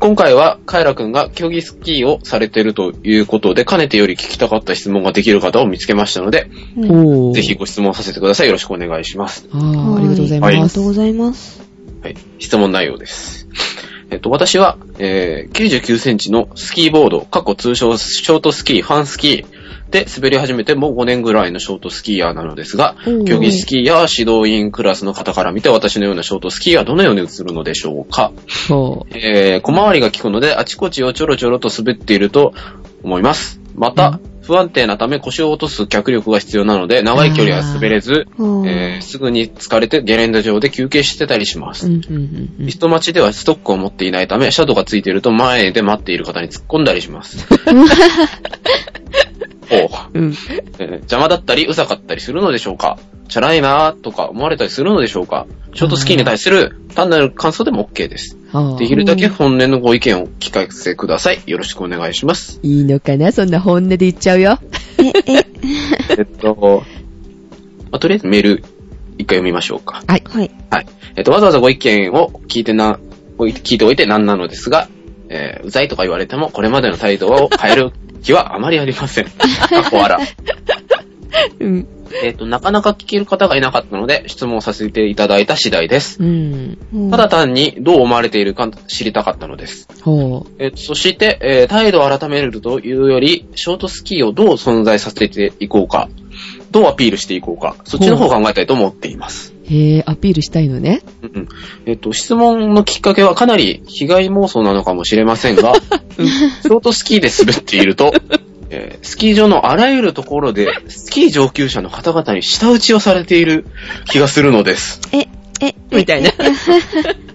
Speaker 1: 今回は、カエラくんが競技スキーをされているということで、かねてより聞きたかった質問ができる方を見つけましたので、
Speaker 2: うん
Speaker 3: おー
Speaker 1: ぜひ。ご質問させてください。よろしくお願いします。
Speaker 3: あー、ありがとうござ
Speaker 2: は
Speaker 3: います。
Speaker 2: あ
Speaker 1: は
Speaker 2: り
Speaker 1: い
Speaker 2: がとうございます。
Speaker 1: はい。質問内容です。えっと、私は、えー99センチのスキーボード、過去通称ショートスキー、ハンスキーで滑り始めてもう5年ぐらいのショートスキーヤーなのですが、
Speaker 3: おー
Speaker 1: 競技スキーや指導員クラスの方から見て私のようなショートスキーはどのように映るのでしょうか
Speaker 3: そ
Speaker 1: えー小回りが効くので、あちこちをちょろちょろと滑っていると思います。また、不安定なため腰を落とす脚力が必要なので、長い距離は滑れず、
Speaker 2: はぁ。
Speaker 1: えーすぐに疲れてゲレンデ上で休憩してたりします
Speaker 3: う。う。ん、うん、うんうん。
Speaker 1: 人待ちではストックを持っていないため、シャドウがついていると前で待っている方に突っ込んだりし
Speaker 3: (laughs)
Speaker 1: ます。おう
Speaker 3: うん。
Speaker 1: えー邪魔だったり、うざかったりするのでしょうかチャラいなーとか思われたりするのでしょうかショートスキーに対する単なる感想でも OK です。
Speaker 3: あー
Speaker 1: できるだけ本音のご意見を聞かせてください。よろしくお願いし
Speaker 3: (laughs)
Speaker 1: ます。
Speaker 3: いいのかなそんな本音で言っちゃうよ。
Speaker 2: え、え、
Speaker 1: えっと、まあとりあえずメール、一回読みましょうか。
Speaker 2: はい。
Speaker 1: はい。えっと、わざわざご意見を聞いてな、おい聞いておいて何なのですが、えーうざいとか言われても、これまでの態度を変える気はあまりありません。かっこ笑
Speaker 3: うん。
Speaker 1: えっと、なかなか聞ける方がいなかったので、質問させていただいた次第です。
Speaker 3: うん。
Speaker 2: うん
Speaker 1: ただ、単にどう思われているか知りたかったのです。
Speaker 3: ほう。
Speaker 1: えーそして、えー態度を改めるというより、ショートスキーをどう存在させていこうか、どうアピールしていこうか、そっちの方を考えたいと思っています。
Speaker 3: へえ、アピールしたいのね。
Speaker 1: うんうんえっと、質問のきっかけはかなり被害妄想なのかもしれませんが、うんショートスキーで滑っていると、えースキー場のあらゆるところで、スキー上級者の方々に舌打ちをされている気がするのです。
Speaker 2: え、え、
Speaker 3: みたいな。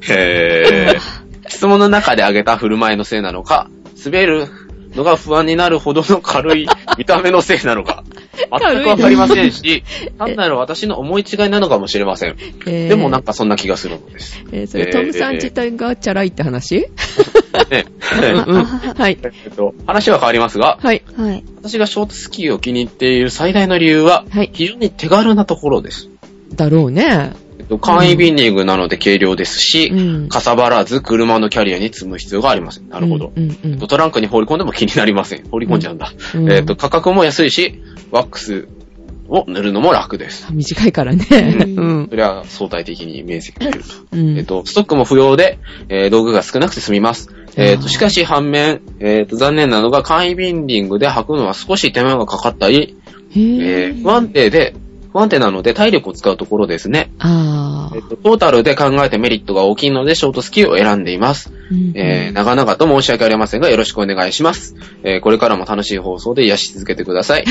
Speaker 1: へー質問の中で挙げた振る舞いのせいなのか、滑るのが不安になるほどの軽い見た目のせいなのか、全くわかりませんし、単なる私の思い違いなのかもしれません。で
Speaker 3: で
Speaker 1: もなん、かそんな気がするのです。
Speaker 3: えーそれトムさん自体がチャラいって話
Speaker 1: ね (laughs)
Speaker 3: うんうん。はい。
Speaker 1: えっと、話は変わりますが、
Speaker 3: はい。
Speaker 2: はい。
Speaker 1: 私がショートスキーを気に入っている最大の理由は、
Speaker 3: はい
Speaker 1: 非常に手軽なところです。
Speaker 3: だろうね。
Speaker 1: えっと、簡易ビンディングなので軽量ですし、
Speaker 3: うん
Speaker 1: かさばらず車のキャリアに積む必要がありません。なるほど。
Speaker 3: うんうん
Speaker 1: えっとトランクに放り込んでも気になりません。放り込んじゃうんだ。
Speaker 3: うん。
Speaker 1: えっと、価格も安いし、ワックスを塗るのも楽です。
Speaker 3: 短いからね。
Speaker 2: うん
Speaker 3: うん。
Speaker 1: それは相対的に面積が減ると。
Speaker 3: うん
Speaker 1: えっ、と、ストックも不要で、えー道具が少なくて済みます。えっ、と、しかし反面、えっ、と、残念なのが簡易ビンディングで履くのは少し手間がかかったり、
Speaker 3: へ
Speaker 1: え
Speaker 3: え。
Speaker 1: ー不安定で不安定なので体力を使うところですね。
Speaker 3: あ
Speaker 1: えっ
Speaker 3: あ。
Speaker 1: と、トータルで考えてメリットが大きいので、ショートスキーを選んでいます。
Speaker 3: うん
Speaker 1: えー、長々と申し訳ありませんが、よろしくお願いします。えー、これからも楽しい放送で癒し続けてくださ
Speaker 3: (laughs)
Speaker 1: い。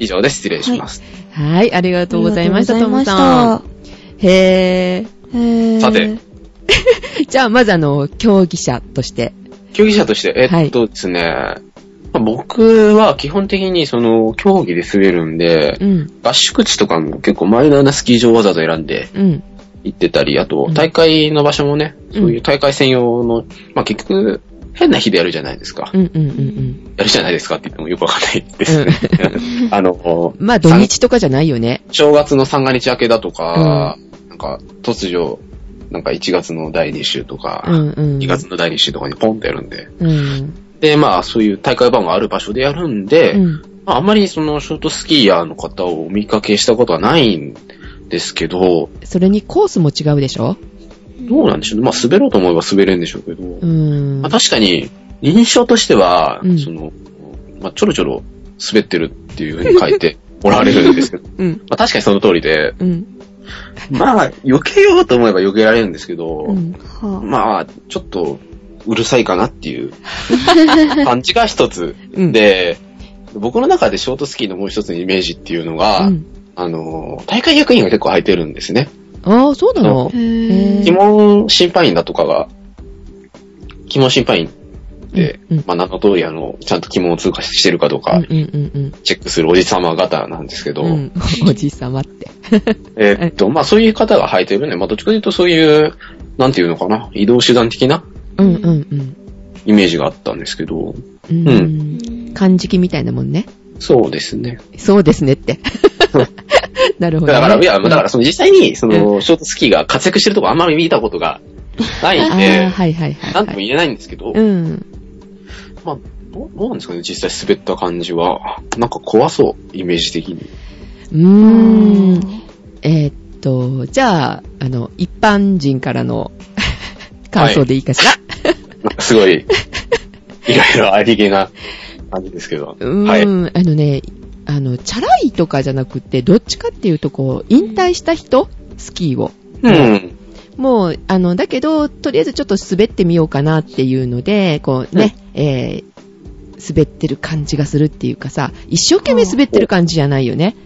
Speaker 1: 以上です。失礼します。
Speaker 3: はい、ありが
Speaker 2: り
Speaker 3: とうございました、
Speaker 2: がと
Speaker 3: と
Speaker 2: うござい
Speaker 3: もさん。へ
Speaker 2: へー
Speaker 1: さて。
Speaker 3: ー。じゃあ、まずあの、競技者として。
Speaker 1: 競技者として、えっとですね、まあ僕は基本的にその、競技で滑るんで
Speaker 3: う、ん、
Speaker 1: 合宿地とかも結構マイナーなスキー場をわざわざ選んで
Speaker 3: うん、
Speaker 1: 行ってたり、あと
Speaker 3: うん
Speaker 1: 大会の場所もね、
Speaker 3: うん
Speaker 1: そういう大会専用の、まあ結局、変な日でやるじゃないですか。
Speaker 3: うん、う
Speaker 1: (laughs)
Speaker 3: ん、うん。
Speaker 1: やるじゃないですかって言ってもよくわかんないですね。 (laughs) あの、
Speaker 3: まあ、土日とかじゃないよね。
Speaker 1: 正月の三が日明けだとか、なんか突如、なんか1月の第2週とか、
Speaker 3: うん、うん。
Speaker 1: 2月の第2週とかにポンってやるんで。
Speaker 3: うん。
Speaker 1: で、まあそういう大会版がある場所でやるんで、
Speaker 3: うん。
Speaker 1: まあ、あんまりそのショートスキーヤーの方をお見かけしたことはないんですけど、
Speaker 3: それにコースも違うでしょ
Speaker 1: どうなんでしょうね。まあ滑ろうと思えば滑れるんでしょうけど、
Speaker 3: うん。
Speaker 1: まあ、確かに印象としては、
Speaker 3: うん
Speaker 1: その、まあちょろちょろ滑ってるっていう風に書いておられるんですけ
Speaker 3: (laughs)
Speaker 1: ど、
Speaker 3: うん。
Speaker 1: まあ確かにその通りで、
Speaker 3: うん。
Speaker 1: まあ、避けようと思えば避けられるんですけど、
Speaker 3: うん。
Speaker 2: は
Speaker 1: まあ、ちょっと、うるさいかなって
Speaker 3: (laughs)
Speaker 1: いう感じが一つ。
Speaker 3: うん。
Speaker 1: で、僕の中でショートスキーのもう一つのイメージっていうのが、
Speaker 3: うん。
Speaker 1: あの、大会役員が結構履いてるんですね。
Speaker 3: ああ、そうなの
Speaker 2: ぁ。へ
Speaker 3: うん
Speaker 1: 鬼門審判員だとかが、鬼門審判員って、
Speaker 3: うんうん
Speaker 1: まあ、名の通りあの、ちゃんと鬼門を通過してるかどう
Speaker 3: うん
Speaker 1: か、
Speaker 3: うんうん
Speaker 1: チェックするおじさま方なんですけど、
Speaker 3: うん。うん。おじさまって。
Speaker 1: えっと、まあ、そういう方が履いてるね。まあ、どっちかというとそういう、なんていうのかな、移動手段的な
Speaker 3: うんうん
Speaker 1: イメージがあったんですけど、
Speaker 3: うん。
Speaker 1: う
Speaker 3: うん。漢字記みたいなもんね。
Speaker 1: そうですね。
Speaker 3: そうですね
Speaker 1: (laughs)
Speaker 3: って。なるほど、
Speaker 1: だ
Speaker 3: ね。
Speaker 1: から、いや、だから、
Speaker 3: ら、
Speaker 1: その実際に、その、ショートスキーが活躍してるとこあんまり見たことがないん
Speaker 3: ああ、
Speaker 1: で、
Speaker 3: はいはいはい、はい。
Speaker 1: なんとも言えないんですけど、
Speaker 3: うん。
Speaker 1: まあ、どうどうなんですかね、実際滑った感じは。なんか怖そう、イメージ的に。
Speaker 3: う
Speaker 2: う
Speaker 3: ーん。えーっと、じゃあ、あの、一般人からの感想でいいかしら、
Speaker 1: なんかす
Speaker 3: (laughs)
Speaker 1: ごい、いろいろありげな感じですけど。
Speaker 3: うーん、
Speaker 1: はい。
Speaker 3: あのね、あの、チャラいとかじゃなくて、どっちかっていうと、こう、引退した人スキーを。
Speaker 1: うん。
Speaker 3: もう、あの、だけど、とりあえずちょっと滑ってみようかなっていうので、こうね、えー滑ってる感じがするっていうかさ、一生懸命滑ってる感じじゃないよね。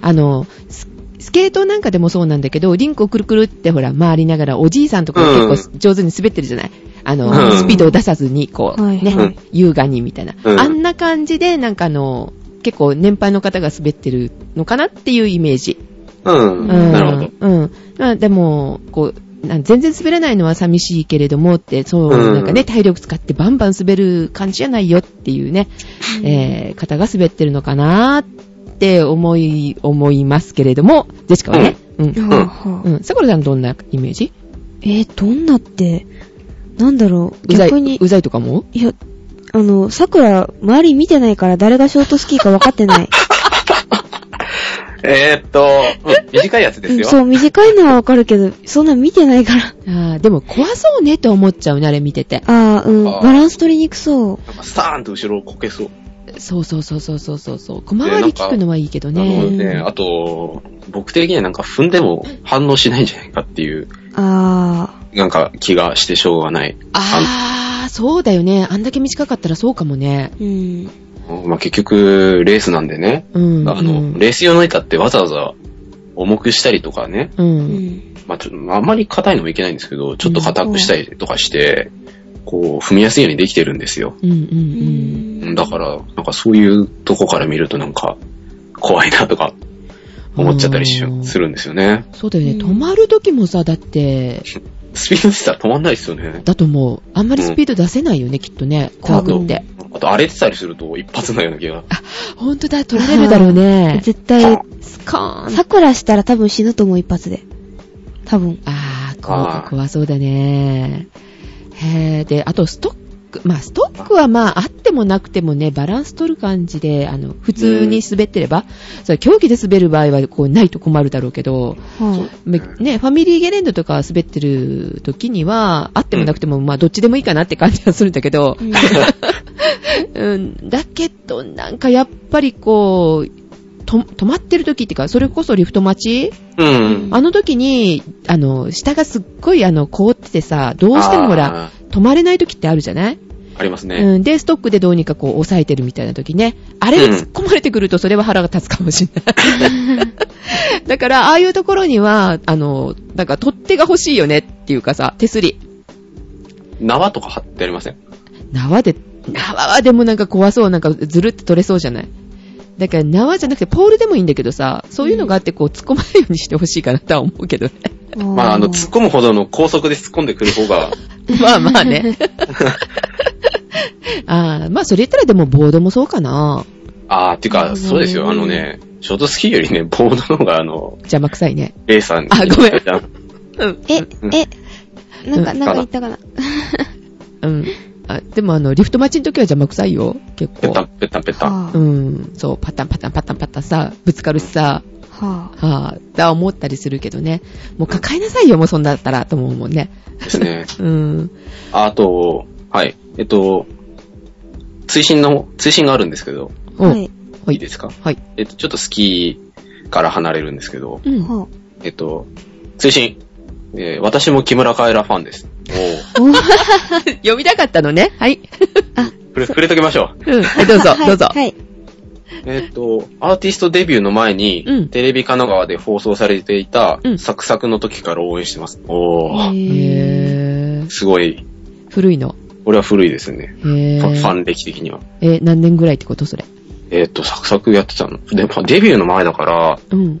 Speaker 3: あの、ススケートなんかでもそうなんだけど、リンクをくるくるってほら、回りながら、おじいさんとか
Speaker 1: うん
Speaker 3: 結構上手に滑ってるじゃない。あの、
Speaker 1: うん
Speaker 3: スピードを出さずに、こう、
Speaker 2: はい
Speaker 3: ね、
Speaker 2: はい
Speaker 3: 優雅にみたいな。
Speaker 1: うん
Speaker 3: あんな感じで、なんかあの、結構年配の方が滑ってるのかなっていうイメージ。
Speaker 1: うん。
Speaker 3: うん
Speaker 1: なるほど。
Speaker 3: うん。まあでも、こう、なん全然滑れないのは寂しいけれどもって、そう、
Speaker 1: うん
Speaker 3: なんかね、体力使ってバンバン滑る感じじゃないよっていうね、えー、方が滑ってるのかなって思い、思いますけれども、ジェシカはね、うん。
Speaker 2: はぁはぁ
Speaker 3: うん。さくらさんどんなイメージ
Speaker 2: えー、どんなって、なんだろう。
Speaker 3: うざい、
Speaker 2: 逆に、
Speaker 3: うざいとかも
Speaker 2: いや、あの、桜、周り見てないから誰がショートスキーか分かってない。
Speaker 1: えーっと、うん短いやつ (laughs) です
Speaker 2: うん
Speaker 1: よ。
Speaker 2: そう、短いのは分かるけど、そんな見てないから。 (laughs)
Speaker 3: ああ、でも怖そうねと思っちゃうね、あれ見てて。
Speaker 2: あーうん、
Speaker 1: あー
Speaker 2: バランス取りにくそう。
Speaker 1: なんかスターンと後ろをこけそう。
Speaker 3: そうそうそうそうそうそうそう。小回り聞くのはいいけど
Speaker 1: あのね、
Speaker 3: ね。
Speaker 1: あと、僕的にはなんか踏んでも反応しないんじゃないかっていう、
Speaker 2: あ
Speaker 1: なんか気がしてしょうがない。
Speaker 3: ああ、そうだよね。あんだけ短かったらそうかもね。
Speaker 2: ー、うん。
Speaker 1: まあ、結局、レースなんでね、
Speaker 3: うん。
Speaker 1: あ
Speaker 3: う
Speaker 1: の、
Speaker 3: ん
Speaker 1: レース用の板ってわざわざ重くしたりとかね、
Speaker 3: う。
Speaker 2: うんん。
Speaker 1: まあ、ちょっとあんまり硬いのもいけないんですけど、ちょっと硬くしたりとかして、こう、踏みやすいようにできてるんですよ。
Speaker 3: うんうん
Speaker 2: う
Speaker 3: うん。
Speaker 2: ん
Speaker 1: だから、なんかそういうとこから見るとなんか、怖いなとか、思っちゃったりし
Speaker 3: あー
Speaker 1: するんですよね。
Speaker 3: そうだよね。
Speaker 2: うん
Speaker 3: 止まる時もさ、だって、
Speaker 1: スピードしたら止まんないですよね。
Speaker 3: だと思う。あんまりスピード出せないよね、きっとね。怖くって。
Speaker 1: あと荒れてたりすると一発のような気が。
Speaker 3: ほんとだ、取られるだろうね。
Speaker 2: 絶対、
Speaker 3: スコーン。
Speaker 2: 桜したら多分死ぬと思う一発で。多分。
Speaker 3: あー
Speaker 1: あ
Speaker 3: 怖
Speaker 1: ー
Speaker 3: 怖そうだね。へーで、あとストック。まあ、ストックはまあ、あってもなくてもね、バランス取る感じで、あの、普通に滑ってれば、それ競技で滑る場合は、こう、ないと困るだろうけど、
Speaker 2: は
Speaker 3: めね、ファミリーゲレンドとか滑ってる時には、あってもなくても、まあ、どっちでもいいかなって感じはするんだけど
Speaker 2: い、うん
Speaker 3: うん、だけど、なんかやっぱりこう、と、止まってる時っていうか、それこそリフト待ち
Speaker 1: うん。
Speaker 3: あの時に、あの、下がすっごいあの、凍っててさ、どうしてもほら、
Speaker 1: あ
Speaker 3: 止まれない時ってあるじゃない
Speaker 1: ー。ありますね。
Speaker 3: うん。で、ストックでどうにかこう、抑えてるみたいな時ね。あれで突っ込まれてくると、それは腹が立つかもしれ
Speaker 1: (laughs)
Speaker 3: ない。だから、ああいうところには、あの、なんか、取っ手が欲しいよねっていうかさ、手すり。
Speaker 1: 縄とか貼ってありません
Speaker 3: 縄で、縄はでもなんか怖そう、なんかずるって取れそうじゃないだから縄じゃなくてポールでもいいんだけどさ、そういうのがあってこう突っ込まないようにしてほしいかなとは思うけどね。
Speaker 1: (laughs) まあ、あの、
Speaker 2: つ
Speaker 1: 突っ込むほどの高速で突っ込んでくる方
Speaker 3: (laughs)
Speaker 1: が、
Speaker 3: まあまあね。ああ、まあそれ言ったらでもボードもそうかな。
Speaker 1: あー、っていうか、そうですよ。あのね、ショートスキーよりね、ボードの方が、あの、
Speaker 3: 邪魔くさいね。
Speaker 1: レーサーに。
Speaker 3: (laughs) あごめん
Speaker 1: じゃん
Speaker 3: うん。
Speaker 2: え
Speaker 1: う、ん
Speaker 2: え、なんか、
Speaker 1: うん
Speaker 2: なんか言ったかな。
Speaker 3: うん。あでもあの、リフト待ちの時は邪魔くさいよ。結
Speaker 1: ペタ
Speaker 3: 構。
Speaker 1: ン、ペタン、ペタン。
Speaker 2: は
Speaker 3: う
Speaker 2: ぁ。
Speaker 3: ん。そう、パタンパタンパタンパタンさ、ぶつかるしさ、
Speaker 2: はぁ。
Speaker 3: はあ、だ思ったりするけどね。もう抱えなさいよ、もうそんだったら、と思うもんね。
Speaker 1: ですね。
Speaker 3: うん。
Speaker 1: あと、はい。えっと、追伸の、追伸があるんですけど、
Speaker 3: お
Speaker 2: はい。
Speaker 3: はいい
Speaker 1: いですか
Speaker 3: はい。
Speaker 1: えっと、ちょっとスキーから離れるんですけど、
Speaker 3: うん。
Speaker 2: は
Speaker 1: えっと、追伸、えー私も木村カエラファンです。
Speaker 2: ぁ。 (laughs) おぉ。
Speaker 3: (laughs) 読みたかったのね。はい。
Speaker 1: お触れ、触れときましょう。
Speaker 3: うん。はい、どうぞ、
Speaker 2: はい
Speaker 3: どうぞ。
Speaker 2: はい。
Speaker 1: えっと、アーティストデビューの前に、
Speaker 3: うん
Speaker 1: テレビ神奈川で放送されていた、
Speaker 3: うん
Speaker 1: サクサクの時から応援してます。おー、
Speaker 2: え
Speaker 3: へー。
Speaker 1: すごい。
Speaker 3: 古いの。
Speaker 1: これは古いですね。
Speaker 3: へー。
Speaker 1: ファファン歴的には。
Speaker 3: えー、何年ぐらいってことそれ。
Speaker 1: えっと、サクサクやってたの。でも、デビューの前だから、
Speaker 3: うん。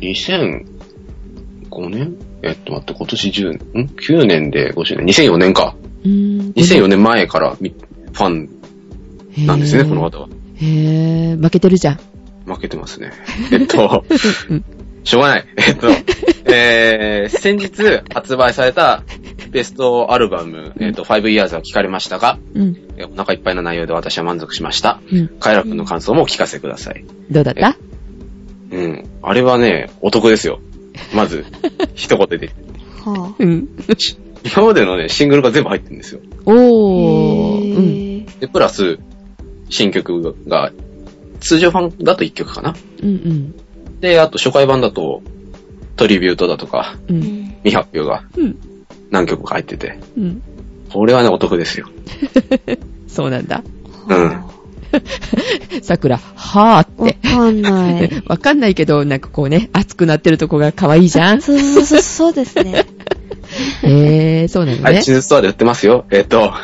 Speaker 1: 2005年えっと、待って、今年10年、ん ?9 年で5周年。2004年か。
Speaker 3: うーん。
Speaker 1: 2004年前からみファン
Speaker 3: 年
Speaker 1: なんですね、この。方は。
Speaker 3: へー。負けてるじゃん。
Speaker 1: 負けてますね。えっと、
Speaker 3: うん。
Speaker 1: しょうがない。えっと、えー、先日発売されたベストアルバム、えっと、5 Years は聞かれましたが、
Speaker 3: うん。
Speaker 1: えお腹いっぱいな内容で私は満足しました。
Speaker 3: うん。
Speaker 1: カイラ君の感想もお聞かせください。
Speaker 3: どうだった
Speaker 1: うん。あれはね、お得ですよ。まず、一言で。
Speaker 2: ー。はぁ。
Speaker 3: うん。
Speaker 1: 今までのね、シングルが全部入ってるんですよ。
Speaker 3: (laughs) おー。うん。
Speaker 2: へ
Speaker 1: で、プラス、新曲が、通常版だと1曲かな。
Speaker 3: うん
Speaker 1: で、あと初回版だと、トリビュートだとか、
Speaker 3: うん。う
Speaker 2: ぇ
Speaker 3: ん。
Speaker 2: ー。
Speaker 1: 未発表が
Speaker 3: うん。
Speaker 1: 何曲か入ってて、
Speaker 3: うん。
Speaker 1: これはね、お得ですよ。
Speaker 3: そうなんだ。
Speaker 1: うん
Speaker 2: は
Speaker 3: (laughs) 桜、は
Speaker 2: ぁ。わ
Speaker 3: ーっ
Speaker 2: かんない。
Speaker 3: て。わかんないけど、なんかこうね、熱くなってるとこが可愛いじゃん。
Speaker 2: そうそうそう、そうですね。
Speaker 3: へー、そうなの
Speaker 1: はい、
Speaker 3: ね
Speaker 1: 地。図ストアで売ってますよ。えっ
Speaker 3: (laughs)
Speaker 1: と、は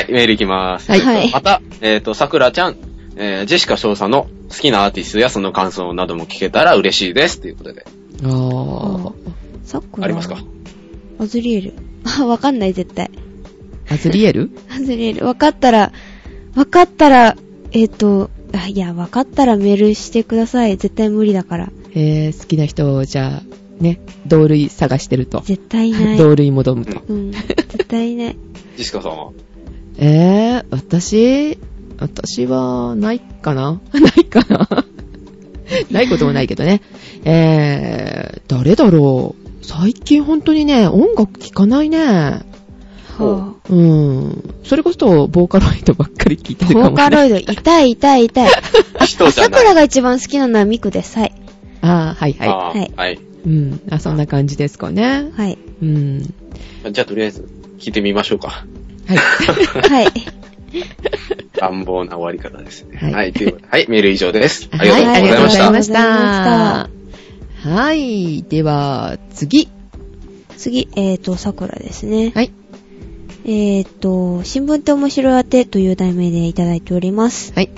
Speaker 1: い、メールいきます。
Speaker 3: はい
Speaker 2: はい
Speaker 1: また、えっと、桜ちゃん、えージェシカ少佐の好きなアーティストやその感想なども聞けたら嬉しいです。ということで、
Speaker 3: あー。
Speaker 2: さっくら。
Speaker 1: ありますか
Speaker 2: アズリエル。あ、わかんない、絶対。
Speaker 3: アズリエル
Speaker 2: アズリエル。わかったら、わかったら、えっと、あ、いや、わかったらメールしてください。絶対無理だから。
Speaker 3: えー、好きな人を、じゃあ、ね、同類探してると。
Speaker 2: 絶対いない。
Speaker 3: 同類戻ると。
Speaker 2: うん。絶対いない。
Speaker 1: ジェシカさんは
Speaker 3: えー、私、私は、ないかな (laughs) ないかなないこともないけどね。えー、誰だろう最近本当にね、音楽聴かないね。
Speaker 2: はぁ。
Speaker 3: うん。それこそ、ボーカロイドばっかり聴いてる
Speaker 2: ボ
Speaker 3: かもね。
Speaker 2: ーカロイド、痛い痛い痛い。
Speaker 1: 人じゃない。
Speaker 2: 桜が一番好きなのはミクです。はい。
Speaker 3: あー、はいは
Speaker 1: あーはい。
Speaker 3: い。うん。あ、そんな感じですかね。
Speaker 2: はい。
Speaker 3: うん。
Speaker 1: じゃあ、とりあえず、聞いてみましょうか。
Speaker 2: (laughs)
Speaker 3: はい。
Speaker 2: はい。
Speaker 1: 乱暴な終わり方ですね。
Speaker 3: はい
Speaker 1: はい、ということではい、メール以上です。あ
Speaker 3: は
Speaker 1: り
Speaker 3: い、
Speaker 1: がとう
Speaker 3: あり
Speaker 1: ござい
Speaker 3: がとう
Speaker 1: ま
Speaker 3: ご
Speaker 1: し
Speaker 3: ざ
Speaker 1: た
Speaker 3: い。まし
Speaker 2: あ
Speaker 3: た。はい。では、次。
Speaker 2: 次、えっ、ー、と、桜ですね。
Speaker 3: はい。
Speaker 2: えっ、ー、と、新聞って面白いあてという題名でいただいております。
Speaker 3: はい。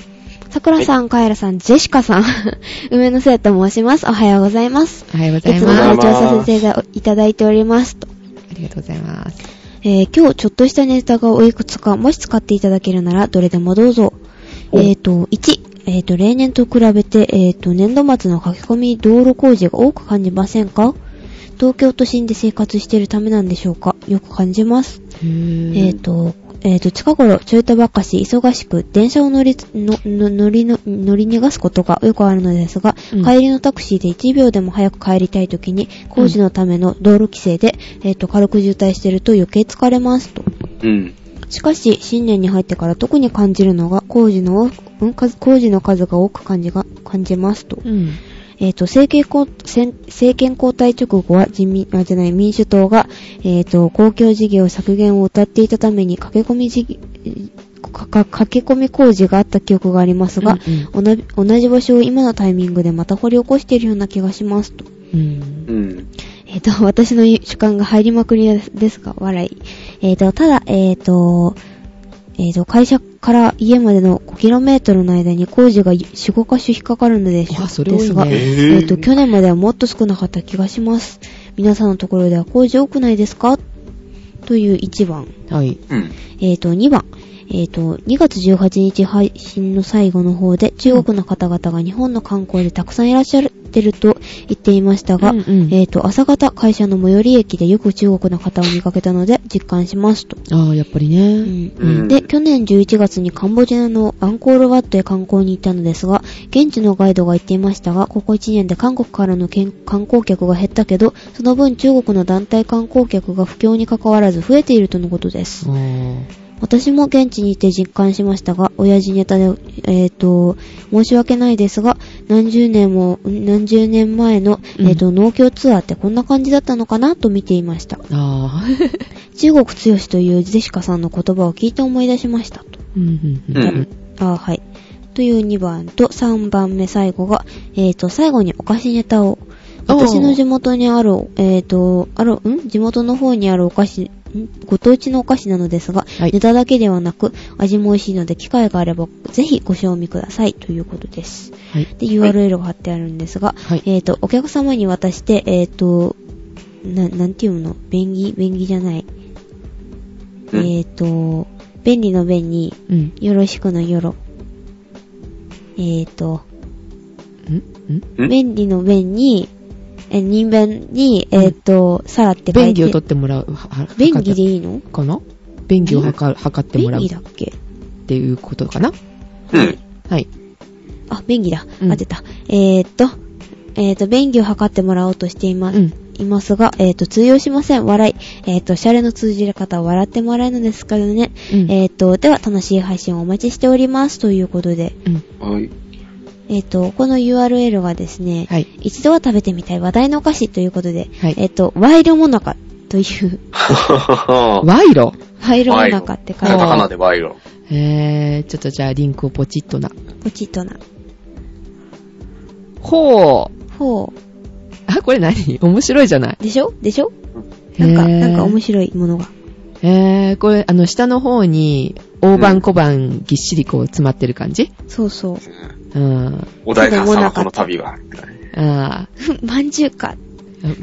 Speaker 2: 桜さん、カエラさん、ジェシカさん、 (laughs) 梅の生と申します。おはようございます。
Speaker 3: おはようござ
Speaker 2: い
Speaker 3: い
Speaker 2: つも
Speaker 3: ます。
Speaker 2: 拝
Speaker 3: あ
Speaker 2: 聴させていただいております。と
Speaker 3: りがとうございます。
Speaker 2: えー今日ちょっとしたネタがおいくつか、もし使っていただけるならどれでもどうぞ。
Speaker 1: お
Speaker 2: えっ、と、1、えっ、と、例年と比べて、えっ、と、年度末の書き込み道路工事が多く感じませんか東京都心で生活しているためなんでしょうかよく感じます。え
Speaker 3: え
Speaker 2: っ、と、えっ、と、近頃、ちょいとばっかし、忙しく、電車を乗りつ、の、の乗りの、乗り逃がすことがよくあるのですが、
Speaker 3: うん
Speaker 2: 帰りのタクシーで1秒でも早く帰りたいときに、工事のための道路規制で、えっ、と、軽く渋滞してると余計疲れますと。
Speaker 1: うん。
Speaker 2: しかし、新年に入ってから特に感じるのが、工事の、うん、数工事の数が多く感じが、感じますと。
Speaker 3: うん。
Speaker 2: えっ、と、政権交、政政権交代直後は自民、あ、じゃない、民主党が、えっ、と、公共事業削減を謳っていたために駆け込み事業、かか駆け込み工事があった記憶がありますが、おな同じ場所を今のタイミングでまた掘り起こしているような気がしますと。
Speaker 3: うん。
Speaker 1: うん。
Speaker 2: えっ、と、 (laughs) 私の主観が入りまくりですが、笑い。えっ、と、ただ、えっ、と、えっ、と、会社から家までの 5km の間に工事が4、5箇所引っかかるのでしょ
Speaker 3: あそれ多いね
Speaker 2: ですが、
Speaker 3: へ
Speaker 1: ー
Speaker 2: えっ、と、去年まではもっと少なかった気がします。皆さんのところでは工事多くないですかという1番。
Speaker 3: はい。
Speaker 1: うん。
Speaker 2: えっ、と、2番。えっ、と、2月18日配信の最後の方で、中国の方々が日本の観光でたくさんいらっしゃってると言っていましたが、
Speaker 3: うんうん
Speaker 2: えっ、と、朝方、会社の最寄り駅でよく中国の方を見かけたので、実感しますと。
Speaker 3: ああ、やっぱり
Speaker 2: う
Speaker 3: ね。
Speaker 2: ん
Speaker 1: うん
Speaker 2: で、去年11月にカンボジアのアンコールワットへ観光に行ったのですが、現地のガイドが言っていましたが、ここ1年で韓国からのけん観光客が減ったけど、その分中国の団体観光客が不況に関わらず増えているとのことです。
Speaker 3: あー
Speaker 2: 私も現地にいて実感しましたが、親父ネタで、えっ、と、申し訳ないですが、何十年も、何十年前の、
Speaker 3: うん
Speaker 2: えっ、と、農協ツアーってこんな感じだったのかなと見ていました。
Speaker 3: あー。
Speaker 2: 中国強しというジェシカさんの言葉を聞いて思い出しました。と
Speaker 3: うんうん
Speaker 1: う
Speaker 3: うん
Speaker 1: ん。
Speaker 2: あーはい。という2番と3番目最後が、えっ、と、最後にお菓子ネタを。
Speaker 3: おー
Speaker 2: 私の地元にある、えっ、と、ある、ん地元の方にあるお菓子、んご当地のお菓子なのですが、
Speaker 3: はい
Speaker 2: ネタだけではなく、味も美味しいので、機会があれば、ぜひご賞味ください、ということです。
Speaker 3: はい。
Speaker 2: で、URL が貼ってあるんですが、
Speaker 3: はい
Speaker 2: えっ、と、お客様に渡して、えっ、と、な、なんていうの便宜便宜じゃない。
Speaker 1: うん
Speaker 2: えっ、と、便利の便に、
Speaker 3: うん。
Speaker 2: よろしくのよろ。えーと、
Speaker 3: うんう
Speaker 1: ん
Speaker 3: ん
Speaker 2: 便利の便に、え、人弁に、えーと、さらって書
Speaker 3: 便
Speaker 2: いて。
Speaker 3: 宜を取ってもらう。はは
Speaker 2: 便宜でいいの
Speaker 3: かな便宜をはか測っても
Speaker 2: 便
Speaker 3: らう
Speaker 2: 宜
Speaker 3: っ
Speaker 2: だっけ
Speaker 3: ていうことかな
Speaker 1: うん。
Speaker 3: はい。
Speaker 2: あ、便宜だ。
Speaker 3: うん
Speaker 2: 当てた。えーと、えーと、便宜を測ってもらおうとしています。
Speaker 3: うん。
Speaker 2: いますが、えーと、通用しません。笑い。えーと、シャレの通じる方は笑ってもらえるのですからね。
Speaker 3: うん
Speaker 2: えーと、では、楽しい配信をお待ちしております。ということで。
Speaker 3: うん。
Speaker 1: はい。
Speaker 2: えっ、と、この URL がですね、
Speaker 3: はい
Speaker 2: 一度は食べてみたい話題のお菓子ということで、
Speaker 3: はい
Speaker 2: えっ、と、ワイルモナカという、
Speaker 1: (laughs) カ
Speaker 3: 賄賂
Speaker 2: ワイルモナカって書いて
Speaker 1: タ
Speaker 2: あ
Speaker 1: カ
Speaker 2: る、
Speaker 1: ナでワイロ。
Speaker 3: えー、ちょっとじゃあリンクをポチッとな。
Speaker 2: ポチッとな。
Speaker 3: ほう。
Speaker 2: ほ。
Speaker 3: あ、これ何面白いじゃないう
Speaker 2: でしょでしょなんか、
Speaker 3: へー
Speaker 2: なんか面白いものが。
Speaker 3: えー、これ、あの、下の方に、大判小判ぎっしりこう詰まってる感じ
Speaker 2: そうそう。
Speaker 3: うん。
Speaker 1: お題さんはこの旅が。
Speaker 3: あ
Speaker 2: まんじゅう (laughs) か。書いて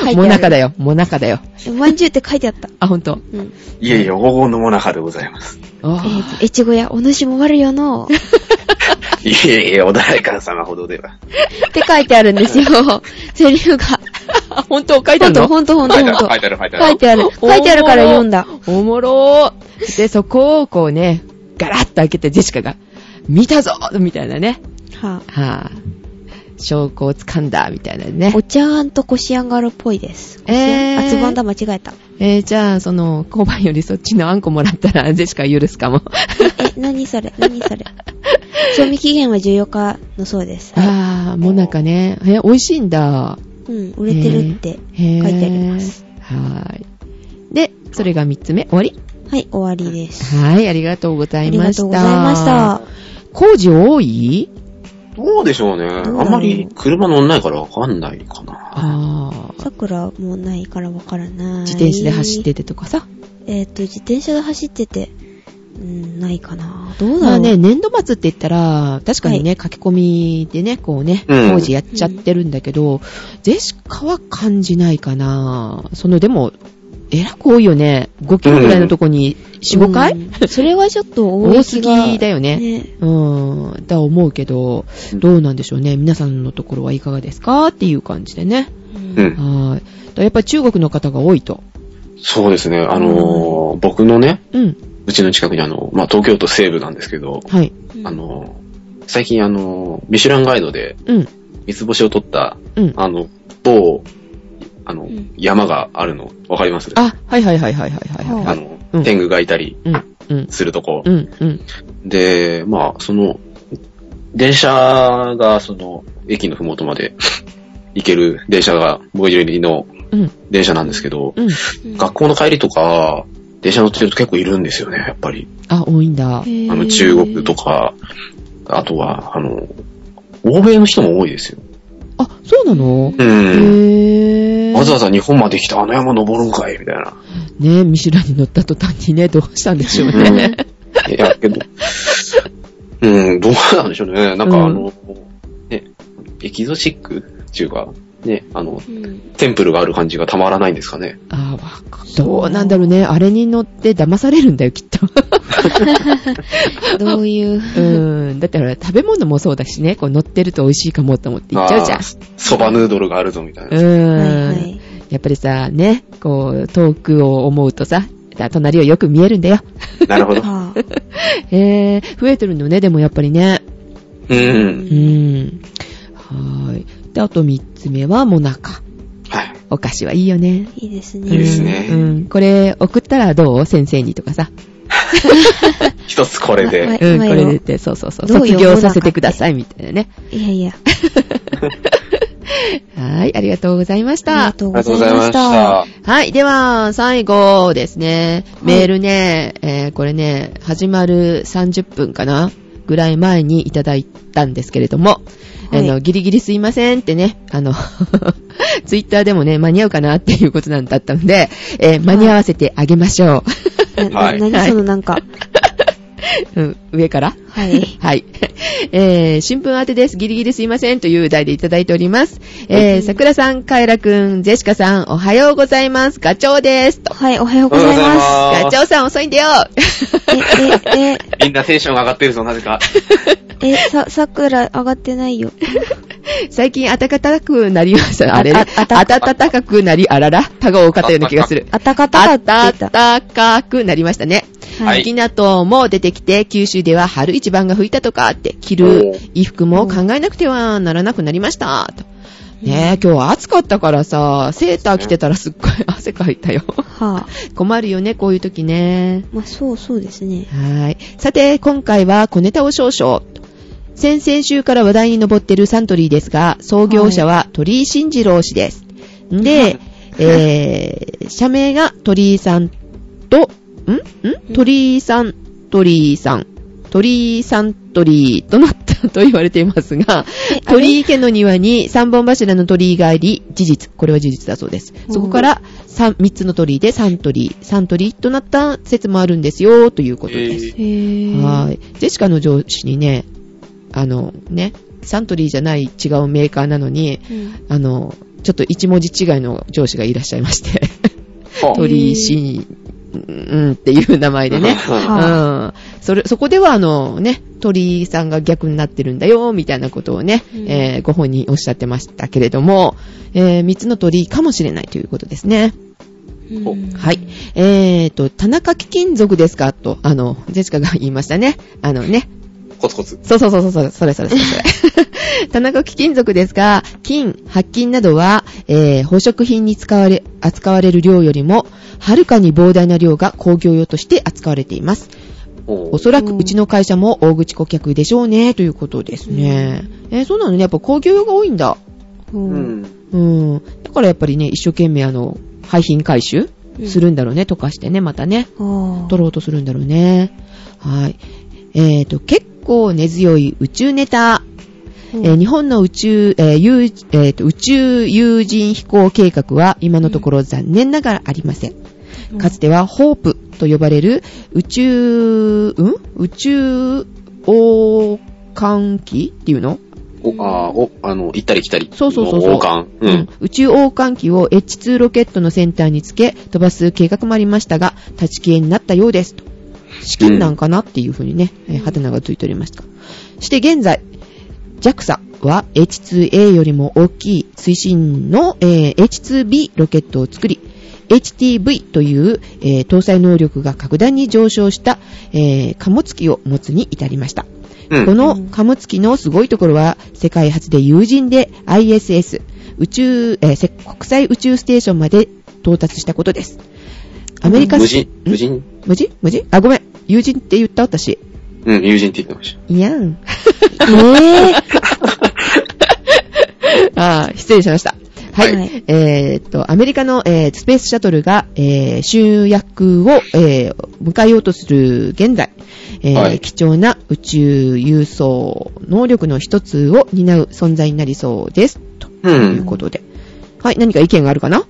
Speaker 2: あ
Speaker 3: ー、
Speaker 2: る
Speaker 3: もなかだよ、もなかだよ。
Speaker 2: まんじゅうって書いてあった。
Speaker 3: あ、ほんと。
Speaker 2: うん。
Speaker 1: いえいえ、黄金のモナカでございます。
Speaker 2: えっ、
Speaker 3: あ
Speaker 2: と、越後屋、お主も悪いよ (laughs) のう
Speaker 1: いえいえ、お題さ様ほどでは。
Speaker 2: って書いてあるんですよ。 (laughs) セリフが。
Speaker 3: ー、ほんと、書いて
Speaker 2: ほ
Speaker 3: あ
Speaker 2: ん
Speaker 3: るの
Speaker 2: と、ほんと、ほんと、
Speaker 1: 書
Speaker 2: ほ
Speaker 1: い
Speaker 2: ん
Speaker 1: てある、
Speaker 2: と
Speaker 1: 書。いてある、書いてあ
Speaker 2: 書い
Speaker 1: る。
Speaker 2: てある。書いてあるから読んだ。
Speaker 3: おもろー。で、そこをこうね、ガラッと開けてジェシカが、見たぞーみたいなね。
Speaker 2: は
Speaker 3: はぁ、証拠を掴んだ、みたいなね
Speaker 2: ぁ。お。茶んとこしあんがあるっぽいです。
Speaker 3: えー
Speaker 2: あ、つばんだ、間違えた。
Speaker 3: えー、じゃあ、その、小判よりそっちのあんこもらったら、ジェシカ許す
Speaker 2: (laughs)
Speaker 3: かも。
Speaker 2: え、何それ何それ賞味期限は14日のそうです。はい
Speaker 3: あー、もなかね。え、美味しいんだ。
Speaker 2: うん、売れてるって
Speaker 3: へー
Speaker 2: 書いてあります。。
Speaker 3: はーい。で、それが3つ目、終わり
Speaker 2: はい、終わりです。
Speaker 3: はい、ありがとうござ
Speaker 2: あ
Speaker 3: い
Speaker 2: り
Speaker 3: ま
Speaker 2: が
Speaker 3: した。
Speaker 2: とうございました。。
Speaker 3: 工事多い
Speaker 1: どうでしょうね。あんまり車乗んないからわかんないかな。
Speaker 3: あー。
Speaker 2: さくらもないからわからない。
Speaker 3: 自転車で走って。てとかさ。
Speaker 2: えっ、と、自転車で走ってて、うん、ないかな。どうだ
Speaker 3: ま
Speaker 2: ろ
Speaker 3: あ
Speaker 2: う。
Speaker 3: ね、年度末って言ったら、確かにね、書き込みでね、こうね、
Speaker 1: うん
Speaker 3: 工事やっちゃってるんだけど、ゼシカは感じないかな。その、でも、えらく多いよね。5キロぐらいのとこに4、5回、
Speaker 2: うんそれはちょっと多
Speaker 3: 多
Speaker 2: い気
Speaker 3: す
Speaker 2: が
Speaker 3: ぎだよね。
Speaker 2: ね。
Speaker 3: うん、だ思うけど、どうなんでしょうね。皆さんのところはいかがですかっていう感じでね。
Speaker 2: うん
Speaker 1: うん。
Speaker 3: はい。だからやっぱり中国の方が多いと。
Speaker 1: そうですね。あのー、僕のね、
Speaker 3: うん。
Speaker 1: うちの近くにあの、まあ、東京都西部なんですけど、
Speaker 3: はい。
Speaker 2: うん
Speaker 1: あのー、最近あのー、ミシュランガイドで
Speaker 3: うん。
Speaker 1: 三つ星を取った、
Speaker 3: うん。
Speaker 1: あの、某、あの
Speaker 2: ん、
Speaker 1: 山があるの、わかります
Speaker 3: あ、はいはいはいはいはいはい、
Speaker 2: は
Speaker 3: はいい。
Speaker 1: あの、
Speaker 3: うん
Speaker 1: 天狗がいたり
Speaker 3: うん、うん、
Speaker 1: するとこ。
Speaker 3: うん、うん、
Speaker 1: で、まあ、その、電車が、その、駅のふもとま
Speaker 3: (laughs)
Speaker 1: で行ける電車が、最寄りの
Speaker 3: うん、
Speaker 1: 電車なんですけど、
Speaker 3: うん。
Speaker 1: 学校の帰りとか、電車乗ってると結構いるんですよね、やっぱり。
Speaker 3: あ、多いんだ。
Speaker 1: あの、中国と。か、あとは、あの、欧米の人も多いですよ。
Speaker 3: あ、そうなの
Speaker 1: うん。
Speaker 3: へー。
Speaker 1: わざわざ日本まで来たあの山登るんかいみたいな。
Speaker 3: ねミシュランに乗った途端にね、どうしたんでしょうね。
Speaker 1: いや、けど、
Speaker 3: (laughs)
Speaker 1: うん、どうなんでしょうね。なんかあの、ね、エキゾチックっていうか、ね、あの、
Speaker 2: うん。
Speaker 1: テンプルがある感じがたまらないんですかね。
Speaker 3: あーわかどうなんだろうね。あれに乗って騙されるんだよ、きっと。
Speaker 2: どういう。
Speaker 3: うん。だってほら、食べ物もそうだしね、こう乗ってると美味しいかもと思って行っちゃうじゃん
Speaker 1: あ。ーそばヌードルがあるぞみたいな。
Speaker 3: うん、
Speaker 2: はいはい。
Speaker 3: やっぱりさ、ね、こう、遠くを思うとさ、隣をよく見えるんだよ。
Speaker 1: なるほ
Speaker 3: (laughs)
Speaker 1: ど。
Speaker 2: ああ
Speaker 3: へー、増えてるのね、でもやっぱりね。
Speaker 1: う。
Speaker 3: うんん。はーい。で、あと3つ目は、もなか。
Speaker 1: はい。
Speaker 3: お菓子はいいよね。
Speaker 2: いいです
Speaker 1: いいで
Speaker 2: ね。
Speaker 1: すね
Speaker 3: うん。うんこれ、送ったらどう先生にとかさ。
Speaker 1: 一つこれ
Speaker 2: は
Speaker 1: で
Speaker 2: い。
Speaker 3: うん、こ
Speaker 2: 前を
Speaker 3: れで、そうそうそう。
Speaker 2: どう
Speaker 3: 卒
Speaker 2: よ
Speaker 3: 業させてください、みたいな (laughs) ね。
Speaker 2: いやいや。
Speaker 3: はーい、ありがとうございまし
Speaker 2: ありが
Speaker 3: た。
Speaker 2: とう
Speaker 1: ありが
Speaker 2: ご
Speaker 1: とうご
Speaker 2: ざいま
Speaker 1: ざいま
Speaker 2: し。
Speaker 1: したた。
Speaker 3: はい、では、最後ですね。メールね、えーこれね、始まる30分かなぐらい前にいただいたんですけれども、
Speaker 2: はい
Speaker 3: あの、ギリギリすいませんってね、あの、 (laughs) ツイッターでもね、間に合うかなっていうことなんだったので、えー間に合わせてあげましょ
Speaker 2: なな
Speaker 3: は
Speaker 2: 何
Speaker 3: い
Speaker 2: そのなんか。
Speaker 3: う。うん、上から
Speaker 2: はい。
Speaker 3: はい。 (laughs) えー、新聞宛てです。ギリギリすいませんという題でいただいております。えー、桜さん、カエラくん、ジェシカさん、おはようございます。ガチョウです。と。
Speaker 2: はい、おはようございま
Speaker 1: あー
Speaker 3: ガチョウさん遅いんだよ。 (laughs)
Speaker 2: す。え、
Speaker 1: みんなテンションが上がってるぞ、なぜか。
Speaker 2: え、え、え、さ、さくら上がってないよ。
Speaker 3: 最近暖かくなりました。あれね。
Speaker 2: ああ
Speaker 3: 暖かくなり、あらら。タが多かったような気がする。
Speaker 2: あたかたかって言っ
Speaker 3: 暖
Speaker 2: た。
Speaker 3: かくなりましたね。
Speaker 1: はい
Speaker 3: 雪納豆も出てきて、九州では春一番が吹いたとかって、着る
Speaker 1: おー
Speaker 3: 衣服も考えなくてはならなくなりました。とねえ、今日は暑かったからさ、セーター着てたらすっごい汗かいたよ。
Speaker 2: はぁ。
Speaker 3: (laughs) 困るよね、こういう時ね。
Speaker 2: まあ、そうそうですね。
Speaker 3: はい。さて、今回は小ネタを少々。先々週から話題に上っているサントリーですが、創業者は鳥居慎二郎氏です。で、えー、社名が鳥居さんと、んん鳥居さん、鳥居さん、鳥居さん鳥居となったと言われていますが、
Speaker 2: えあれ
Speaker 3: 鳥居家の庭に三本柱の鳥居があり、事実、これは事実だそうです。
Speaker 2: うん
Speaker 3: そこから三、三つの鳥居で三鳥居、三鳥居となった説もあるんですよ、ということです。
Speaker 1: えー
Speaker 2: へぇー。
Speaker 3: はーい。ジェシカの上司にね、あの、ね、サントリーじゃない違うメーカーなのに、
Speaker 2: うん
Speaker 3: あの、ちょっと一文字違いの上司がいらっしゃいまして、
Speaker 1: あ
Speaker 3: (laughs) 鳥居シーン、うんっていう名前で
Speaker 1: (laughs)
Speaker 3: ね。う
Speaker 2: は
Speaker 3: ん。それ、そこではあの、ね、鳥居さんが逆になってるんだよ、みたいなことをね、
Speaker 2: うん
Speaker 3: えーご本人おっしゃってましたけれども、えー三つの鳥居かもしれないということですね。
Speaker 2: うん
Speaker 3: はい。えーと、田中貴金属ですかと、あの、ジェシカが言いましたね。あのね、
Speaker 1: コツコツ。
Speaker 3: そうそうそうそう、それそれそれそ (laughs) れ。田中貴金属ですが、金、白金などは、えー、宝飾品に使われ、扱われる量よりも、はるかに膨大な量が工業用として扱われています。
Speaker 1: お
Speaker 3: おそらくうちの会社も大口顧客でしょうね、ということですね。えー、そうなのね、やっぱ工業用が多いんだ。
Speaker 1: う
Speaker 2: うん
Speaker 1: ん。
Speaker 3: うん。だからやっぱりね、一生懸命あの、廃品回収するんだろうね、溶かしてね、またね。
Speaker 2: あ
Speaker 3: 取ろうとするんだろうね。はい。えー、と、結構根強い宇宙ネタ。
Speaker 2: う
Speaker 3: え
Speaker 2: ん
Speaker 3: ー日本の宇宙、えー有えーと宇宙有人飛行計画は今のところ残念ながらありませ
Speaker 2: う
Speaker 3: ん。
Speaker 2: ん
Speaker 3: かつてはホープと呼ばれる宇宙、うん宇宙王冠機っていうの
Speaker 1: お、あーお、あの、行ったり来たり。
Speaker 3: そうそうそうそう
Speaker 1: の王冠。うん。
Speaker 3: 宇宙王冠機を H2 ロケットの先端につけ飛ばす計画もありましたが、立ち消えになったようですと。資金なんかなっていうふうにね、えーはてながついておりました。して現在、JAXA は H2A よりも大きい推進の、えー H2B ロケットを作り、HTV という、えー搭載能力が格段に上昇した、えー貨物機を持つに至りました。
Speaker 1: うん。
Speaker 3: こ
Speaker 2: う
Speaker 3: の
Speaker 2: ん
Speaker 3: 貨物機のすごいところは、世界初で有人で ISS、宇宙、えーせ国際宇宙ステーションまで到達したことです。アメリカ
Speaker 1: 無人、無人、
Speaker 3: 無人無人あ、ごめん。友人って言った私。
Speaker 1: うん、友人って言ってました。
Speaker 3: いやん。
Speaker 2: え
Speaker 3: あー失礼しました。はい。
Speaker 2: はい
Speaker 3: えーっと、アメリカの、えースペースシャトルが、えー集約を、えー迎えようとする現在、えー
Speaker 1: はい
Speaker 3: 貴重な宇宙輸送能力の一つを担う存在になりそうです。と
Speaker 1: う。
Speaker 3: いうんことで。はい、何か意見があるかな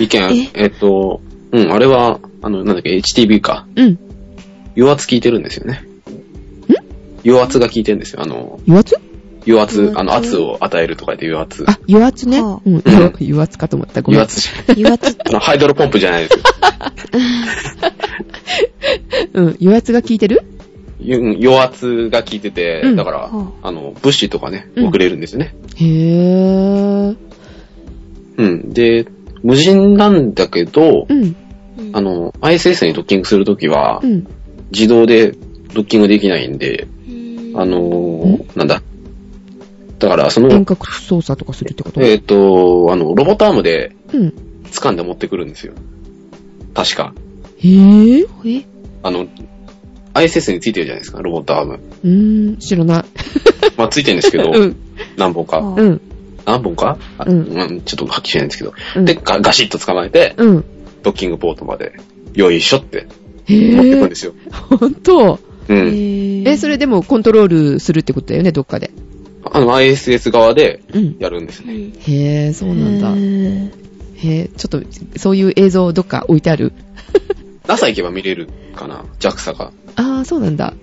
Speaker 1: 意見、えっと、うん、あれは、あの、なんだっけ、HTV か。
Speaker 3: うん。
Speaker 1: 油圧効いてるんですよね。油圧が効いてるんですよ。あの、
Speaker 3: 油圧
Speaker 1: 油圧、
Speaker 2: 油圧
Speaker 1: あの、圧を与えるとかで油圧。
Speaker 3: あ、油圧ね。
Speaker 2: はあ
Speaker 3: うん、油油圧かと思った。ごめ
Speaker 1: 油
Speaker 3: ん。
Speaker 1: 圧じゃない
Speaker 2: ー、油圧っ
Speaker 1: あ
Speaker 2: て
Speaker 1: の。ハイドロポンプじゃない
Speaker 3: (laughs)
Speaker 1: ですよ。
Speaker 3: うん、油圧が効いてる
Speaker 1: ゆうん油圧が効いてて、
Speaker 3: うん
Speaker 1: だから、
Speaker 2: は
Speaker 1: あの、物資とかね、
Speaker 3: うん
Speaker 1: 送れるんですよね。
Speaker 3: へー。
Speaker 1: うん。で、無人なんだけど
Speaker 3: う、ん、
Speaker 2: うん
Speaker 1: あの、ISS にドッキングするときは
Speaker 3: う、ん。
Speaker 1: 自動でドッキングできないんで、
Speaker 2: うん
Speaker 1: あの
Speaker 3: うん
Speaker 1: ー、なんだ。だから、そ
Speaker 3: 遠
Speaker 1: の、
Speaker 3: 隔操作とかするってこと
Speaker 1: えっと、あの、ロボットアームで
Speaker 3: うん。
Speaker 1: 掴んで持ってくるんですよ。確か。
Speaker 3: へー。
Speaker 2: え
Speaker 1: あの、ISS についてるじゃないですか、ロボット
Speaker 3: (laughs)
Speaker 1: アーム。
Speaker 3: うーん、知らない。
Speaker 1: まあ、ついてるんですけど、
Speaker 3: うん、
Speaker 1: 何本か。
Speaker 3: うん、
Speaker 1: 何本かあ
Speaker 3: うん
Speaker 1: うんちょっとはっきりしないんですけど。
Speaker 3: うん。
Speaker 1: で、ガガシッと捕まえて、
Speaker 3: うん。
Speaker 1: ドッキングポートまで、よいしょって
Speaker 3: へ
Speaker 1: 持ってくん
Speaker 3: ぇ
Speaker 1: で、すよ。
Speaker 3: ほんと。
Speaker 1: うん。
Speaker 3: え、それでもコントロールするってことだよね、どっかで。
Speaker 1: あの、ISS 側で
Speaker 3: うん。
Speaker 1: やるんですね。
Speaker 3: へぇ、そうなんだ。
Speaker 2: だ。
Speaker 3: へぇ、ちょっと、そういう映像どっか置いてある
Speaker 1: NASA 行けば見れるかな ?JAXA が。
Speaker 3: あー、そうなんだ。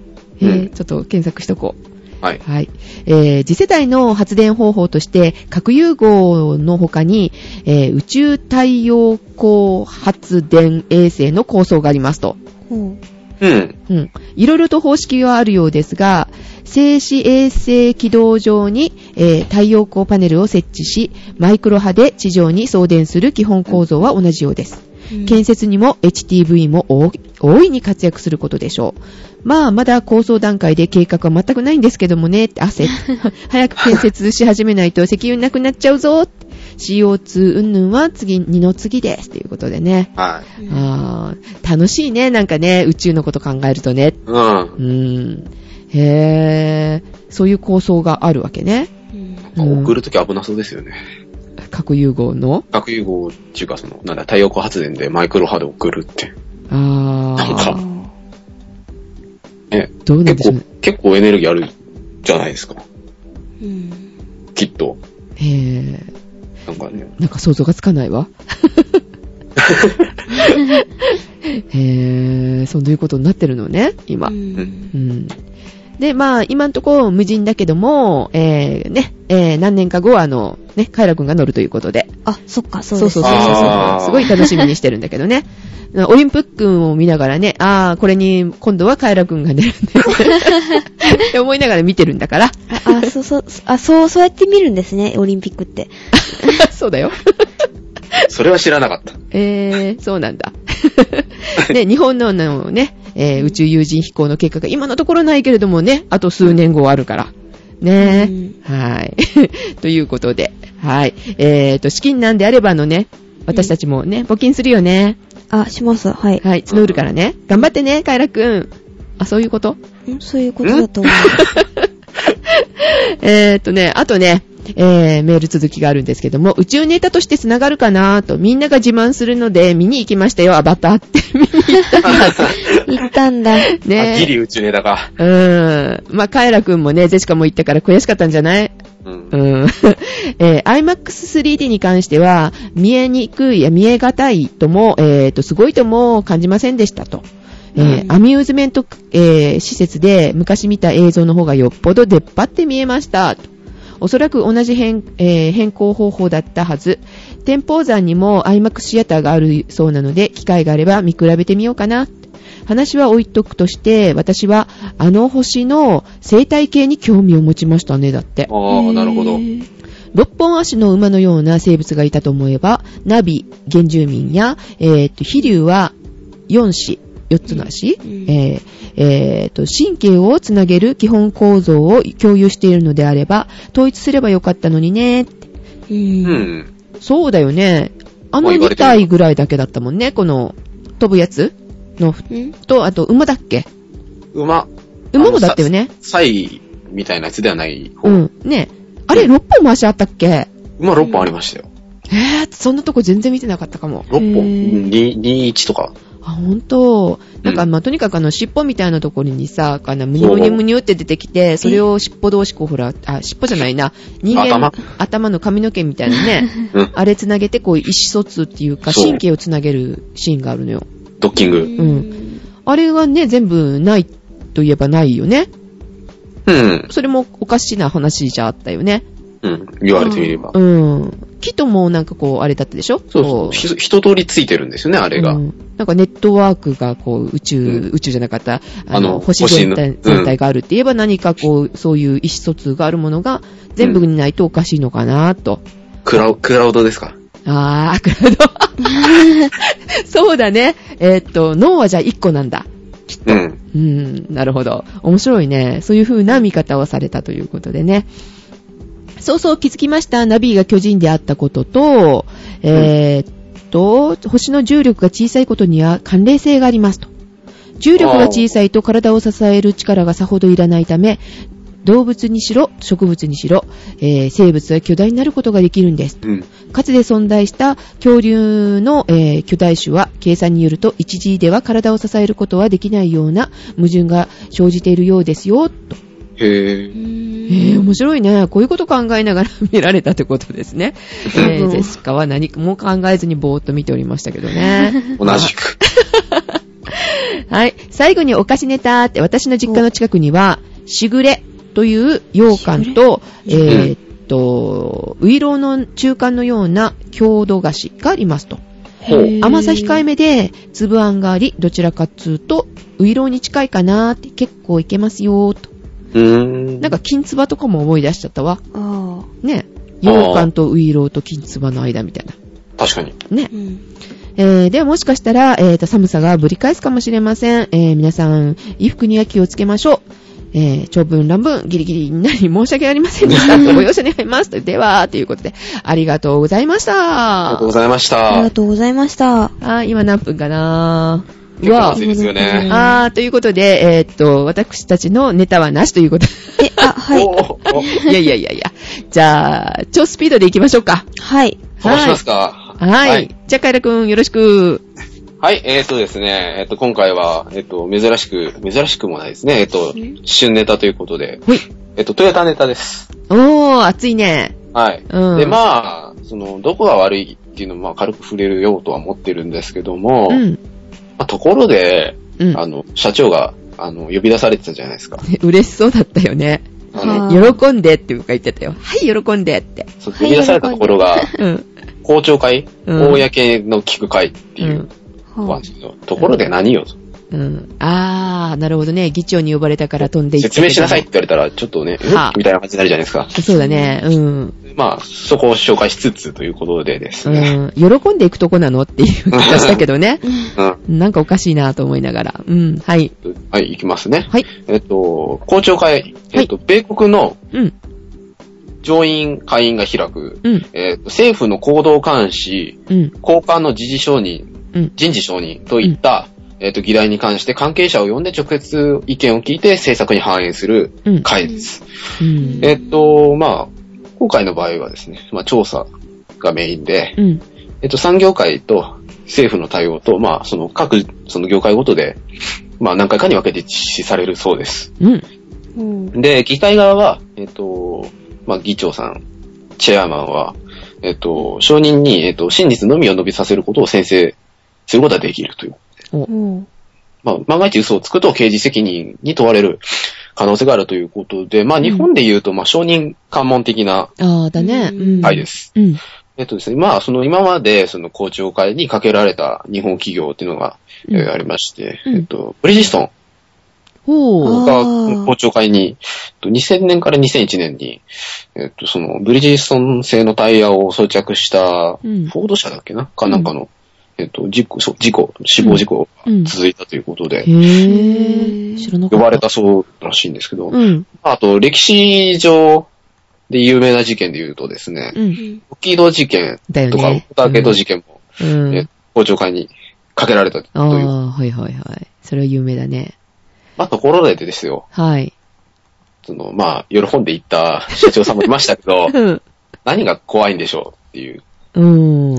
Speaker 3: へ
Speaker 1: う
Speaker 3: ぇ、
Speaker 1: ん
Speaker 3: ちょっと検索しとこう。
Speaker 1: はい。
Speaker 3: はい。えー次世代の発電方法として、核融合の他に、えー宇宙太陽光発電衛星の構想がありますと。
Speaker 2: ほう
Speaker 1: うん。
Speaker 3: うん。いろいろと方式はあるようですが、静止衛星軌道上に、えー太陽光パネルを設置し、マイクロ波で地上に送電する基本構造は同じようです。
Speaker 2: うん
Speaker 3: 建設にも HTV も大大いに活躍することでしょう。まあ、まだ構想段階で計画は全くないんですけどもね、っ
Speaker 2: (laughs)
Speaker 3: て焦って。早く建設し始めないと石油なくなっちゃうぞ。CO2 云々は次、二の次です。ということでね。
Speaker 1: はい。
Speaker 3: あー楽しいね。なんかね、宇宙のこと考えるとね。
Speaker 1: うん
Speaker 3: う。ーん。へー。そういう構想があるわけね。
Speaker 2: うん
Speaker 3: うん
Speaker 1: 送るとき危なそうですよね。
Speaker 3: 核融合の。
Speaker 1: 核融合っていうか、その、なんだ、太陽光発電でマイクロ波で送るって。なん
Speaker 3: あ
Speaker 1: かえ、
Speaker 3: ー。どうなんで
Speaker 1: 結
Speaker 3: しょ
Speaker 1: 構
Speaker 3: うね。、
Speaker 1: 結構エネルギーあるじゃないですか。
Speaker 2: うん
Speaker 1: きっと。
Speaker 3: へー。
Speaker 1: なんかね。
Speaker 3: なんか想像がつかな
Speaker 1: (laughs)
Speaker 3: いわ。へー。そういうことになってるのね、今。
Speaker 2: うん
Speaker 3: うんで、まあ、今のところ無人だけども、えー、ね、えー、何年か後は、あの、ね、カイラくんが乗るということで。
Speaker 2: あ、そっか、そう
Speaker 3: そ
Speaker 2: で
Speaker 3: う
Speaker 2: す
Speaker 3: そうそう
Speaker 2: ね
Speaker 3: そう
Speaker 1: あー
Speaker 3: すごい楽しみにしてるんだけどね。 (laughs) オリンピックを見ながらね、ああ、これに今度はカエラくんが出るんだよ (laughs) ねって思いながら見てるんだ (laughs) から。
Speaker 2: ああ、そうそう、あ、そう、そうやって見るんですね、オリンピックって。
Speaker 3: そうだよ。
Speaker 1: それは知らなかった。
Speaker 3: えー、そうなんだ。 (laughs) ね、日本のあのね、えー宇宙有人飛行の結果が今のところないけれどもね、あと数年後あるから。ねはい。 (laughs) ということで、はい。えーと、資金なんであればあのね、私たちもね、募金するよね。
Speaker 2: あ、します、はい。
Speaker 3: はい、募るからね。頑張ってね、カイラくん。あ、そういうこと (laughs)
Speaker 2: んそういうことだと思います。
Speaker 3: えーっとね、あとね、えー、メール続きがあるんですけども、宇宙ネタとして繋がるかなと、みんなが自慢するので、見に行きましたよ、アバターって。 (laughs) 見に行ったから
Speaker 2: (laughs) 行ったんだ。
Speaker 1: あギ
Speaker 3: ね。
Speaker 1: リ宇宙ネタか。
Speaker 3: うーん。まあ、カエラくんもね、ゼシカも言ったから悔しかったんじゃない
Speaker 1: うん
Speaker 3: う。ん。 (laughs) えー IMAX3D に関しては、見えにくいや見えがたいとも、えーと、すごいとも感じませんでしたと。えー
Speaker 2: うん
Speaker 3: アミューズメント、えー施設で昔見た映像の方がよっぽど出っ張って見えました。とおそらく同じ変,、えー変更方法だったはず。天保山にも IMAX シアターがあるそうなので、機会があれば見比べてみようかな。話は置いとくとして、私はあの星の生態系に興味を持ちましたね、だって。
Speaker 1: ああ、なるほど。うん。
Speaker 3: 六本足の馬のような生物がいたと思えば、ナビ、原住民や、えーと、飛竜は4子、4つの足、
Speaker 2: うん
Speaker 3: えーえーと、神経をつなげる基本構造を共有しているのであれば、統一すればよかったのにね。
Speaker 2: うん。
Speaker 1: うん
Speaker 3: そうだよね。あ
Speaker 1: ま
Speaker 3: の
Speaker 1: あ言わ
Speaker 3: 2
Speaker 1: れてみれば
Speaker 3: 体ぐらいだけだったもんね、この飛ぶやつの、
Speaker 2: ん
Speaker 3: と、あと、馬だっけ
Speaker 1: 馬、
Speaker 3: 馬もだったよね。
Speaker 1: サイみたいなやつではない。
Speaker 3: うん。ねあれ、6本も足あったっけ
Speaker 1: 馬6本ありましたよ。
Speaker 3: えー、そんなとこ全然見てなかったかも。
Speaker 1: 6本、
Speaker 2: へ
Speaker 1: う
Speaker 2: ー
Speaker 1: ん2、2、1とか。
Speaker 3: あ、ほんと。なんか、
Speaker 1: うん
Speaker 3: まあ、とにかくあの、尻尾みたいなところにさ、あの、むにゅむにゅむにゅって出てきて、それを尻尾同士こう、ほら、あ、尻尾じゃないな。人間の
Speaker 1: 頭
Speaker 3: 頭の髪の毛みたい
Speaker 1: (laughs)
Speaker 3: なね。
Speaker 1: うん
Speaker 3: あれつなげて、こう、意思疎通っていうか、
Speaker 1: そう
Speaker 3: 神経をつなげるシーンがあるのよ。
Speaker 1: ドッキング。
Speaker 3: んあれがね、全部ないといえばないよね。
Speaker 1: うん。
Speaker 3: それもおかしな話じゃあったよね。
Speaker 1: うん。言われてみれば。
Speaker 3: うん。木ともなんかこう、あれだったでしょ
Speaker 1: そうそ
Speaker 3: こ
Speaker 1: う。ひ一通りついてるんですよね、あれが。
Speaker 3: うんなんかネットワークがこう宇宙、
Speaker 1: うん
Speaker 3: 宇宙じゃなかった、あ
Speaker 1: あ
Speaker 3: の、
Speaker 1: の
Speaker 3: 星全体
Speaker 1: 星のうん
Speaker 3: 全体があるって言えば何かこう、そういう意思疎通があるものが全部にないとおかしいのかなと。
Speaker 1: クラウ、クラウドですか
Speaker 3: あー、ク (laughs) ラウド。そうだね。えーっと、脳はじゃあ1個なんだ。
Speaker 1: うん。
Speaker 3: うん、なるほど。面白いね。そういう風な見方をされたということでね。そうそう気づきました。ナビが巨人であったことと、えーっと、星の重力が小さいことには関連性がありますと。重力が小さいと体を支える力がさほどいらないため、動物にしろ、植物にしろ、えー生物は巨大になることができるんです。
Speaker 1: うん。
Speaker 3: かつて存在した恐竜の、えー巨大種は計算によると一時では体を支えることはできないような矛盾が生じているようですよ。
Speaker 1: へぇ
Speaker 3: えー、
Speaker 2: 面
Speaker 3: 面白いね。こういうこと考えながら見られたってことですね。え
Speaker 2: う
Speaker 3: ー、
Speaker 2: ん
Speaker 3: ジェシカは何も考えずにぼーっと見ておりましたけ
Speaker 1: (laughs)
Speaker 3: どね。
Speaker 1: 同じ
Speaker 3: (laughs)
Speaker 1: く。
Speaker 3: はい。最後にお菓子ネタって、私の実家の近くには、しぐれという羊羹と、え
Speaker 2: しぐ
Speaker 1: れ
Speaker 3: ーっと、ウイローの中間のような郷土菓子がありますと。
Speaker 1: ほう。
Speaker 3: 甘さ控えめで、粒あんがあり、どちらかっつうと、ウイローに近いかなーって、結構いけますよーと。
Speaker 1: うーん。
Speaker 3: なんか、金唾とかも思い出しちゃったわ。
Speaker 2: ああ。
Speaker 3: ね。
Speaker 1: あー
Speaker 3: 羊羹とウイローと金唾の間みたいな。
Speaker 1: 確かに。
Speaker 3: ね
Speaker 2: う。ん。
Speaker 3: えー、ではもしかしたら、えーと、寒さがぶり返すかもしれません。えー、皆さん、衣服には気をつけましょう。えー、長文乱文、ギリギリになり申し訳ありませんでした。ご容赦願
Speaker 1: (laughs)
Speaker 3: います。では、ということで、ありがとうございました。
Speaker 1: ありがとうございました。
Speaker 2: ありがとうございました。
Speaker 3: あー、今何分かなー
Speaker 1: 結
Speaker 3: う
Speaker 1: 構
Speaker 3: わ
Speaker 1: まずいですよね。
Speaker 3: あー、ということで、えーっと、私たちのネタはなし
Speaker 1: (laughs)
Speaker 3: ということ。
Speaker 2: え、あ、はい。
Speaker 1: おーお
Speaker 3: いやいやいやいや。じゃあ、超スピードで行きましょうか。
Speaker 2: はい。
Speaker 1: そうしますか。
Speaker 3: はい。じゃあ、カイラくん、よろしく。
Speaker 1: はい、えっ、とですね、えっ、と、今回は、えっ、と、珍しく、珍しくもないですね、えっ、と
Speaker 2: ん、
Speaker 1: 旬ネタということで、
Speaker 3: ほい。
Speaker 1: えっ、と、トヨタネタです。
Speaker 3: おー、暑いね。
Speaker 1: はい。
Speaker 3: うん
Speaker 1: で、まあ、その、どこが悪いっていうのを、まあ、軽く触れるようとは思ってるんですけども、
Speaker 3: うん。
Speaker 1: まあ、ところで、
Speaker 3: うん。
Speaker 1: あの、社長が、あの、呼び出されてたじゃないですか。
Speaker 3: (laughs) 嬉しそうだったよね。
Speaker 1: あの、
Speaker 2: は
Speaker 3: 喜んでっていうか言ってたよ。はい、喜んでって。
Speaker 1: そう呼び出されたところが、
Speaker 3: うん。
Speaker 1: 公聴会、
Speaker 3: うん
Speaker 1: 公の聞く会って
Speaker 3: う
Speaker 1: いう、
Speaker 3: ん。
Speaker 2: は
Speaker 1: ところで何よと、
Speaker 3: うん。あー、なるほどね。議長に呼ばれたから飛んでいったけ
Speaker 1: 説
Speaker 3: ど
Speaker 1: 明しなさいって言われたら、ちょっとね、
Speaker 3: はあ
Speaker 1: えみたいな感じになるじゃないですか。
Speaker 3: そうだね。うん。
Speaker 1: まあ、そこを紹介しつつということでですね。
Speaker 3: うん。喜んでいくとこなのっていう気がしたけ
Speaker 1: (laughs)
Speaker 3: どね。
Speaker 1: うん。
Speaker 3: なんかおかしいなと思いながら。うん。はい。
Speaker 1: はい、いきますね。
Speaker 3: はい。
Speaker 1: えっと、公聴会、えっと、米国の
Speaker 3: うん。
Speaker 1: 上院、下院が開く、
Speaker 3: うん。
Speaker 1: えっと、政府の行動監視、
Speaker 3: うん。
Speaker 1: 交換の時事承認、
Speaker 3: うん
Speaker 1: 人事承認といった、えっと、議題に関して関係者を呼んで直接意見を聞いて政策に反映する
Speaker 3: うん。
Speaker 1: 会です。
Speaker 3: うん。
Speaker 1: えっと、まあ、今回の場合はですね、まあ、調査がメインで、
Speaker 3: うん。
Speaker 1: えっと、産業界と政府の対応と、まあ、その各、その業界ごとで、まあ、何回かに分けて実施されるそうです。
Speaker 3: うん。
Speaker 2: うん。
Speaker 1: で、議会側は、えっと、まあ、議長さん、チェアマンは、えっと、承認に、えっと、真実のみを述べさせることを宣誓することができるという。
Speaker 2: うん。
Speaker 1: まあ、万が一嘘をつくと刑事責任に問われる可能性があるということで、まあ、日本で言うと、まあ、承認関門的な
Speaker 3: ああ、だね。うん。
Speaker 1: 会です。
Speaker 3: うん。
Speaker 1: えっとですね、まあ、その今まで、その公聴会にかけられた日本企業っていうのが、
Speaker 3: うん
Speaker 1: えーありまして、
Speaker 3: うん
Speaker 1: えっと、ブリヂスト
Speaker 3: ほ
Speaker 1: ン
Speaker 3: う。
Speaker 1: が
Speaker 2: あー
Speaker 1: 公聴会に、えっと2000年から2001年に、えっと、その、ブリヂストン製のタイヤを装着した、フ
Speaker 3: うん
Speaker 1: ォード車だっけなかなんかの、えっと、事故、そう事故、死亡事故
Speaker 3: うん。
Speaker 1: が続いたということで、
Speaker 3: へえ。知らな
Speaker 1: 呼
Speaker 3: かった。
Speaker 1: ばれたそうらしいんですけど、
Speaker 3: うん。
Speaker 1: あと、歴史上で有名な事件で言うとですね、
Speaker 3: うん。
Speaker 1: 沖戸事件
Speaker 3: だよ
Speaker 1: とか、
Speaker 3: ね
Speaker 1: オ。タケ戸事件も、
Speaker 3: うん。
Speaker 1: え公聴会にかけられたと
Speaker 3: あ
Speaker 1: いう。
Speaker 3: あ、はいはいはい。それは有名だね。
Speaker 1: まあ、ところでですよ、
Speaker 3: はい。
Speaker 1: その、まあ、喜んで行った社長さんもいましたけ
Speaker 3: (laughs)
Speaker 1: ど、
Speaker 3: うん。
Speaker 1: 何が怖いんでしょうっていう。
Speaker 3: うん。
Speaker 2: お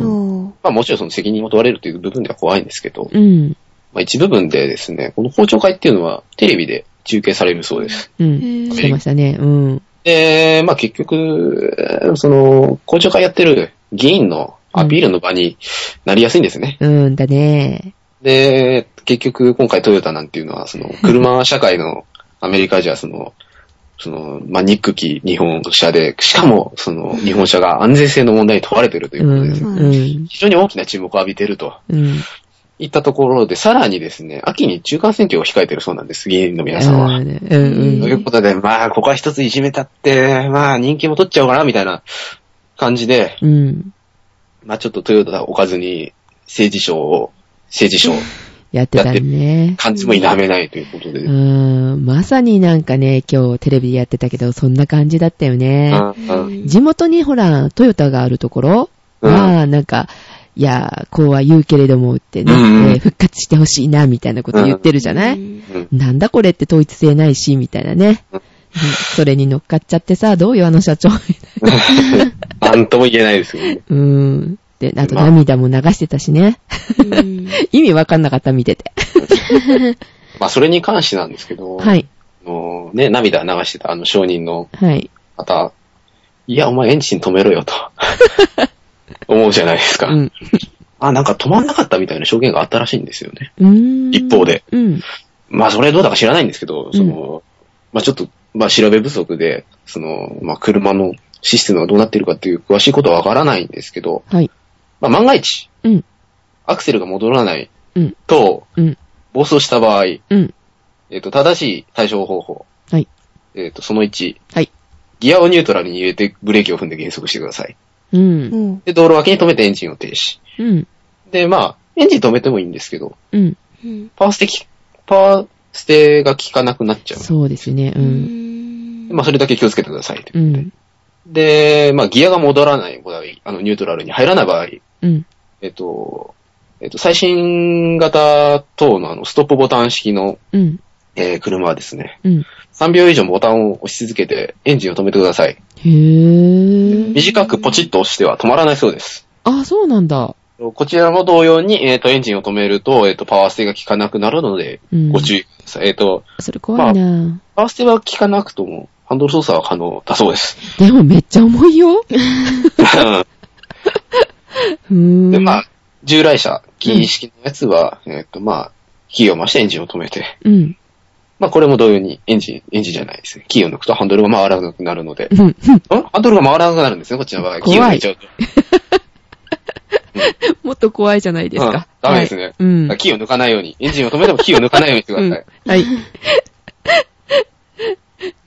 Speaker 2: ー
Speaker 1: まあ、もちろんその責任を問われるという部分では怖いんですけど、
Speaker 3: うん。
Speaker 1: まあ、一部分でですね、この公聴会っていうのはテレビで中継されるそうです。
Speaker 3: う
Speaker 2: へ
Speaker 3: ん。
Speaker 2: ー
Speaker 3: してましたね。うん。
Speaker 1: で、まあ、結局、その、公聴会やってる議員のアピールの場になりやすいんですね。
Speaker 3: うんだね。
Speaker 1: で、結局、今回トヨタなんていうのは、そ
Speaker 3: (laughs)
Speaker 1: の、車社会のアメリカじゃ、その、その、まあ、ニック機日本車で、しかも、その、日本車が安全性の問題に問われてるといううんことです、。
Speaker 3: うん。
Speaker 1: 非常に大きな注目を浴びてると
Speaker 3: うん。
Speaker 1: いったところで、さらにですね、秋に中間選挙を控えてるそうなんです、議員の皆さん
Speaker 3: う
Speaker 1: は。
Speaker 3: んうん
Speaker 1: ということで、まあ、ここは一ついじめたって、まあ、人気も取っちゃおうかな、みたいな感じで、
Speaker 3: うん。
Speaker 1: まあ、ちょっとトヨタを置かずに、政治賞を、政
Speaker 3: (laughs)
Speaker 1: 治賞、
Speaker 3: やってたね。
Speaker 1: 感じも否めないということで
Speaker 3: う、ん。まさになんかね、今日テレビでやってたけど、そんな感じだったよね。
Speaker 1: うん
Speaker 2: うん
Speaker 3: 地元にほら、トヨタがあるところは、なんか、いやー、こうは言うけれどもってね、
Speaker 1: うんうん
Speaker 3: えー復活してほしいな、みたいなこと言ってるじゃない、
Speaker 2: うん
Speaker 3: なんだこれって統一性ないし、みたいなね。
Speaker 1: うん
Speaker 3: それに乗っかっちゃってさ、どうよ、あの
Speaker 1: (laughs)
Speaker 3: 社長。 (laughs)
Speaker 1: なんとも言えないですよね。
Speaker 3: うん。で、あと
Speaker 1: まあ
Speaker 3: 涙も流してたしね。 (laughs)
Speaker 2: うん
Speaker 3: 意味わかんなかった、見てて。
Speaker 1: まあ、それに関してなんですけど、
Speaker 3: はい。
Speaker 1: あのね、涙流してたあの証人の
Speaker 3: はい。
Speaker 1: 方、いや、お前エンジン止めろ
Speaker 3: (laughs)
Speaker 1: よと、思うじゃないです
Speaker 3: う
Speaker 1: か。
Speaker 3: ん。
Speaker 1: あ、なんか止まんなかったみたいな証言があったらしいんですよね。
Speaker 3: うーん
Speaker 1: 一方で。
Speaker 3: うん。
Speaker 1: まあ、それどうだか知らないんですけど、その、まあ、ちょっと、まあ、調べ不足で、その、まあ、車のシステムがどうなってるかっていう詳しいことはわからないんですけど、
Speaker 3: はい。
Speaker 1: まあ、万が一、
Speaker 3: うん。
Speaker 1: アクセルが戻らない
Speaker 3: うん。
Speaker 1: と、
Speaker 3: うん。
Speaker 1: 暴走した場合、
Speaker 3: うん。
Speaker 1: えっ、と、正しい対処方法。
Speaker 3: はい。
Speaker 1: えっ、と、その1。
Speaker 3: はい。
Speaker 1: ギアをニュートラルに入れてブレーキを踏んで減速してください。
Speaker 3: うん。
Speaker 2: うん
Speaker 1: で、道路脇に止めてエンジンを停止。
Speaker 3: うん。
Speaker 1: で、まあ、エンジン止めてもいいんですけど、
Speaker 3: うん。
Speaker 2: うん
Speaker 1: パワーステき、パワーステが効かなくなっちゃう。
Speaker 3: そうですね。う。
Speaker 2: うんん
Speaker 1: まあ、それだけ気をつけてくださいと
Speaker 3: う
Speaker 1: いうことで。で、
Speaker 3: ん。
Speaker 1: まあ、ギアが戻らない場合、あの、ニュートラルに入らない場合、
Speaker 3: うん。
Speaker 1: えっ、と、えっ、と、最新型等のあの、ストップボタン式の、
Speaker 3: うん。
Speaker 1: えー車はですね、
Speaker 3: うん。
Speaker 1: 3秒以上ボタンを押し続けてエンジンを止めてください。
Speaker 3: へー。
Speaker 1: 短くポチッと押しては止まらないそうです。
Speaker 3: あ、そうなんだ。
Speaker 1: こちらも同様に、えっ、と、エンジンを止めると、えっ、と、パワーステが効かなくなるので、
Speaker 3: うん。
Speaker 1: ご注意ください。えっ、と、
Speaker 3: それ怖いな
Speaker 1: パワーステは効かなくとも、ハンドル操作は可能だそうです。
Speaker 3: でもめっちゃ重いよ。うー
Speaker 1: (laughs)
Speaker 3: ん。
Speaker 1: で、まあ、従来車、キー式のやつは、えっ、と、まあ、キーを回してエンジンを止めて、
Speaker 3: うん。
Speaker 1: まあ、これも同様に、エンジン、エンジンじゃないですね。キーを抜くとハンドルが回らなくなるので、ん
Speaker 3: うん。
Speaker 1: ハンドルが回らなくなるんですね、こっちの場合。キ
Speaker 3: 怖い
Speaker 1: ーを抜いちゃうと。
Speaker 3: もっと怖いじゃないです
Speaker 1: うん
Speaker 3: か。
Speaker 1: ダメですね
Speaker 3: はいうん。は
Speaker 1: キーを抜かないように、エンジンを止めてもキーを抜かないようにしてください。
Speaker 3: い。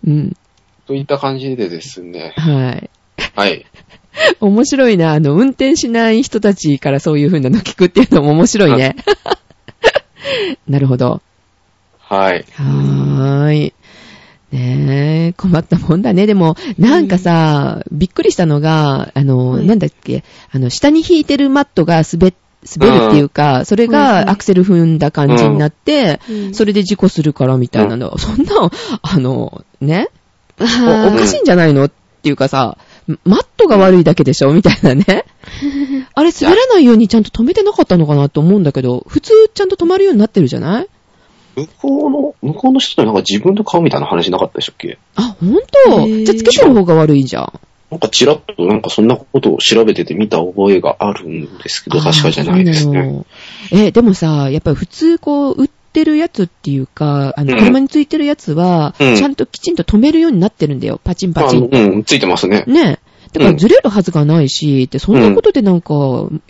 Speaker 3: うん。
Speaker 1: といった感じでですね、
Speaker 3: はい。
Speaker 1: はい。
Speaker 3: 面白いな。あの、運転しない人たちからそういう風なの聞くっていうのも面白いね。なるほど。
Speaker 1: はい。
Speaker 3: はーい。ねえ、困ったもんだね。でも、なんかさ、びっくりしたのが、あの、
Speaker 2: はい
Speaker 3: なんだっけ、あの、下に引いてるマットが滑っ、滑るっていうか、それ
Speaker 2: はいはい
Speaker 3: がアクセル踏んだ感じになって、
Speaker 2: うん
Speaker 3: それで事故するからみたいなの、そんな、あの、ね、おお
Speaker 2: あ
Speaker 3: かしいんじゃないのっていうかさ、マットが悪いだけでしょみたい
Speaker 2: (laughs)
Speaker 3: なね。あれ滑らないようにちゃんと止めてなかったのかなと思うんだけど、普通ちゃんと止まるようになってるじゃない
Speaker 1: 向こうの、向こうの人となんか自分の顔みたいな話なかったでしたっけ
Speaker 3: あ、ほん
Speaker 2: へ
Speaker 3: と
Speaker 2: ー
Speaker 3: じゃあつけてる方が悪いじゃん。
Speaker 1: なんかちらっとなんかそんなことを調べてて見た覚えがあるんですけど、
Speaker 3: あー
Speaker 1: 確かじゃないですね。。
Speaker 3: そうのえ、でもさ、やっぱり普通こう、売ってるやつっていうか、あの、
Speaker 1: うん
Speaker 3: 車についてるやつは、
Speaker 1: うん
Speaker 3: ちゃんときちんと止めるようになってるんだよ。パチンパ
Speaker 1: あ
Speaker 3: チ
Speaker 1: の
Speaker 3: ン。
Speaker 1: うん、ついてますね。
Speaker 3: ねだからずれるはずがないし、で、そんなことでなんか、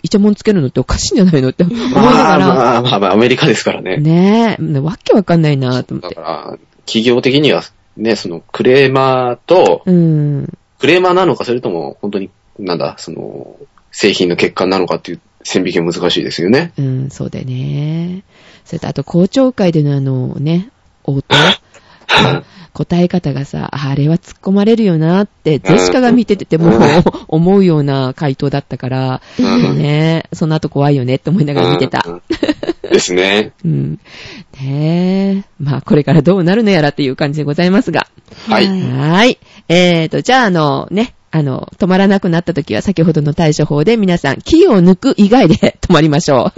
Speaker 3: イチャモンつけるのっておかしいんじゃないのって思いな
Speaker 1: まあ
Speaker 3: が
Speaker 1: まあまあまあ、アメリカですからね。
Speaker 3: ら、ねえ、わけわかんないなと思
Speaker 1: だ
Speaker 3: って
Speaker 1: か。ら、企業的にはね、そのクレーマーと、
Speaker 3: うん。
Speaker 1: クレーマーなのか、それとも本当に、なんだ、その、製品の欠陥なのかっていう線引きが難しいですよね。
Speaker 3: うん、そうだよね。それと、あと、公聴会でのあのね、応答。答え方がさ、ああれは突っ込まれるよなって、ジェシカが見ててても (laughs) 思うような回答だったから、
Speaker 1: うん
Speaker 3: ねその後怖いよねって思いながら見てた。
Speaker 1: うんですね。
Speaker 3: うん。ねえ。まあ、これからどうなるのやらっていう感じでございますが。
Speaker 1: はい
Speaker 3: はーい。えーと、じゃあ、あの、ね、あの、止まらなくなった時は先ほどの対処法で皆さん、気を抜く以外で止まりましょ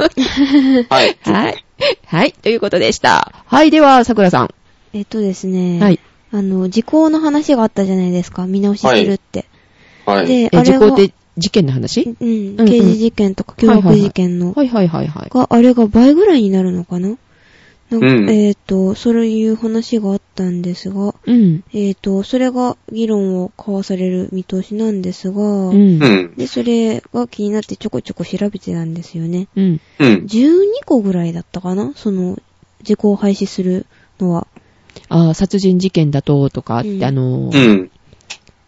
Speaker 1: はい。
Speaker 3: う。 (laughs) はい。はい。ということでした。はい。では、桜さん。
Speaker 2: えっとですね、
Speaker 3: はい。
Speaker 2: あの、時効の話があったじゃないですか。見直しするって。
Speaker 1: はい。
Speaker 2: で、
Speaker 3: え、
Speaker 2: あ
Speaker 3: 時
Speaker 2: れが、
Speaker 3: 効って事件の話
Speaker 2: うん、
Speaker 3: うん
Speaker 2: 刑事事件とか教育事件の、
Speaker 3: はいはいはいはい。
Speaker 2: が、あれが倍ぐらいになるのかななんか、
Speaker 1: うん
Speaker 2: えっ、と、そういう話があったんですが、
Speaker 3: うん。
Speaker 2: えっ、と、それが議論を交わされる見通しなんですが、
Speaker 3: うん
Speaker 1: う。ん。
Speaker 2: で、それが気になってちょこちょこ調べてたんですよね。
Speaker 3: うん。
Speaker 1: うん。
Speaker 2: 12個ぐらいだったかなその、時効廃止するのは。
Speaker 3: あー殺人事件だと、とか、
Speaker 2: うん
Speaker 3: あ
Speaker 1: う
Speaker 3: のー、
Speaker 1: ん。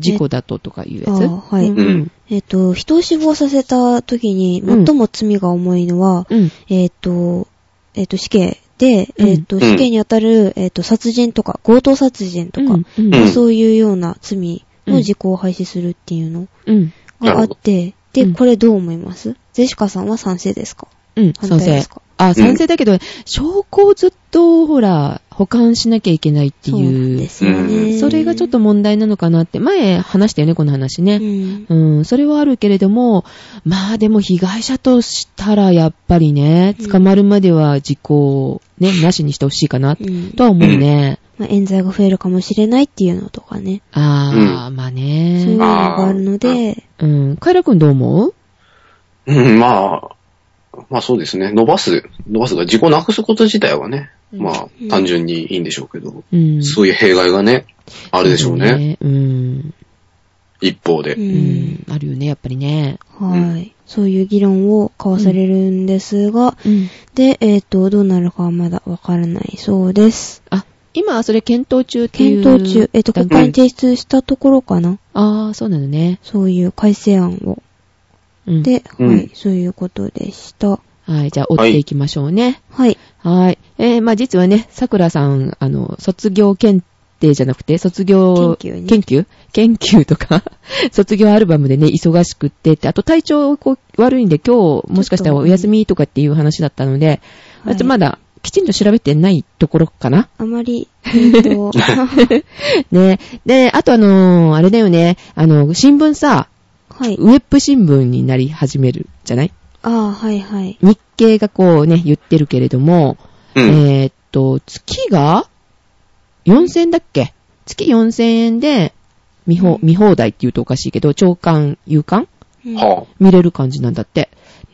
Speaker 3: 事故だととかいうやつ。
Speaker 2: あーはい
Speaker 3: うんうん。
Speaker 2: えっ、と、人を死亡させた時に
Speaker 3: うん
Speaker 2: 最も罪が重いのは、
Speaker 3: うん。
Speaker 2: えっ、と、えっ、と、死刑で、
Speaker 3: うん
Speaker 2: えっ、と、死刑にあたる、えっ、と、殺人とか、強盗殺人とか、
Speaker 3: うん。
Speaker 1: うん
Speaker 2: そういうような罪の時効を廃止するっていうの
Speaker 3: うん。
Speaker 2: があって、
Speaker 3: なるほど
Speaker 2: で、
Speaker 3: うん
Speaker 2: これどう思いますゼシカさんは賛成ですか
Speaker 3: うん、
Speaker 2: 反
Speaker 3: 賛
Speaker 2: 対で
Speaker 3: 成
Speaker 2: す。か
Speaker 3: あ、賛成だけど、証拠をずっと、ほら、保管しなきゃいけないって
Speaker 2: そうなん
Speaker 3: い
Speaker 2: で
Speaker 3: う。
Speaker 2: すよね。
Speaker 3: それがちょっと問題なのかなって、前話したよね、この話ね。
Speaker 2: うん、
Speaker 3: うん、それはあるけれども、まあでも被害者としたらやっぱりね、
Speaker 2: うん
Speaker 3: 捕まるまでは時効、ね、なしにしてほしいかな、
Speaker 2: うん
Speaker 3: とは思うね。
Speaker 2: まあ、冤罪が増えるかもしれないっていうのとかね。
Speaker 3: ああ、まあ
Speaker 2: そういうの
Speaker 3: ね。
Speaker 2: があるので、
Speaker 3: うん、カイラ君どう思う
Speaker 1: うん、まあ、まあそうですね。伸ばす、伸ばすが、自己なくすこと自体はね、まあ
Speaker 2: うん
Speaker 1: 単純にいいんでしょうけど、
Speaker 3: うん。
Speaker 1: そういう弊害がね、あるでしょうね。
Speaker 3: うん。
Speaker 1: 一方
Speaker 2: う
Speaker 1: で。
Speaker 3: うんん。あるよね、やっぱりね。
Speaker 2: はい。そういう議論を交わされるんですが、
Speaker 3: うん。
Speaker 2: で、えっ、と、どうなるかはまだわからないそうです。
Speaker 3: あ、今、それ検討中っていう。
Speaker 2: 検討中、えっ、と、
Speaker 3: 段
Speaker 2: 国
Speaker 3: 階
Speaker 2: 会に提出したところかな。
Speaker 3: ああ、そうなのね。
Speaker 2: そういう改正案を。
Speaker 3: うん。
Speaker 2: で、
Speaker 1: うん
Speaker 2: はい、そういうことでした。
Speaker 3: はい、じゃあ、追っていきましょうね。
Speaker 2: はい。
Speaker 3: はい。えー、まあ、実はね、桜さん、あの、卒業検定じゃなくて、卒業、
Speaker 2: 研究ね
Speaker 3: 研究研究とか、 (laughs) 卒業アルバムでね、忙しくってって、あと体調こう悪いんで、今日、もしかしたらお休みとかっていう話だったので、
Speaker 2: はい
Speaker 3: あとまだ、きちんと調べてないところかな。
Speaker 2: あまり、えっ、と、
Speaker 3: ね。で、あとあのーあれだよね、あの、新聞さ、
Speaker 2: (laughs) はい。
Speaker 3: ウェブ新聞になり始めるじゃない
Speaker 2: ああ、はいはい。
Speaker 3: 日経がこうね、言ってるけれども、
Speaker 1: うん。
Speaker 3: えーっと、月が4000円だっけ月4000円で見
Speaker 2: う
Speaker 3: 放
Speaker 2: ん
Speaker 3: 見放題って言うとおかしいけど、長官、夕刊
Speaker 2: うん
Speaker 1: はあ。
Speaker 3: 見れる感じなんだって。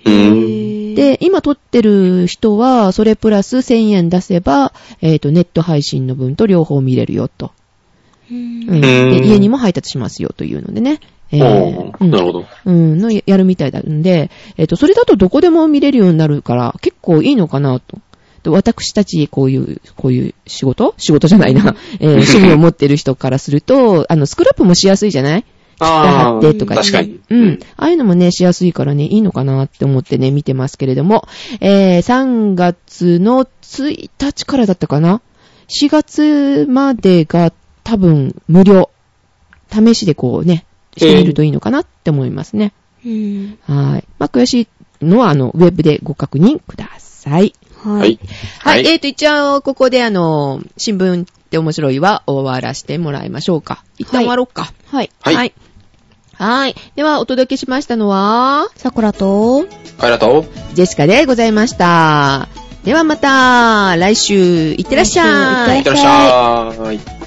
Speaker 1: う
Speaker 2: へ
Speaker 1: ん。
Speaker 2: ー
Speaker 3: で、今撮ってる人は、それプラス1000円出せば、えーっと、ネット配信の分と両方見れるよと。
Speaker 2: う
Speaker 3: うん
Speaker 2: ん
Speaker 1: う
Speaker 3: で
Speaker 1: ん
Speaker 3: 家にも配達しますよというのでね。え
Speaker 1: お
Speaker 3: ー
Speaker 1: ーなるほど。
Speaker 3: うん、うん、のややるみたいなんで、えっ、と、それだとどこでも見れるようになるから、結構いいのかなと。で私たち、こういう、こういう仕事仕事じゃない (laughs) な。えー趣味を持ってる人からすると、あの、スクラップもしやすいじゃない
Speaker 1: あ
Speaker 3: 貼っ
Speaker 1: あ、
Speaker 3: てとか
Speaker 1: 確かに。
Speaker 3: うん。ああいうのもね、しやすいからね、いいのかなって思ってね、見てますけれども、えー、3月の1日からだったかな ?4 月までが多分無料。試しでこうね、してみるといいのかなって思いますね。
Speaker 2: うん。
Speaker 3: はい。まあ、悔しいのは、あの、ウェブでご確認ください。
Speaker 2: は
Speaker 1: はいい。。
Speaker 3: は。
Speaker 1: はいい
Speaker 3: えーと、一応、ここで、あの、新聞って面白いは終わらせてもらいましょうか。一旦終わろうか。
Speaker 2: はい。
Speaker 1: はい
Speaker 3: はい。はいでは、お届けしましたのは、
Speaker 2: さくらと、
Speaker 1: カイラタオ
Speaker 3: ジェシカでございました。ではまた、来週、いってらっしゃい。
Speaker 2: 来週いってらっしゃい
Speaker 1: いってらっしゃーい。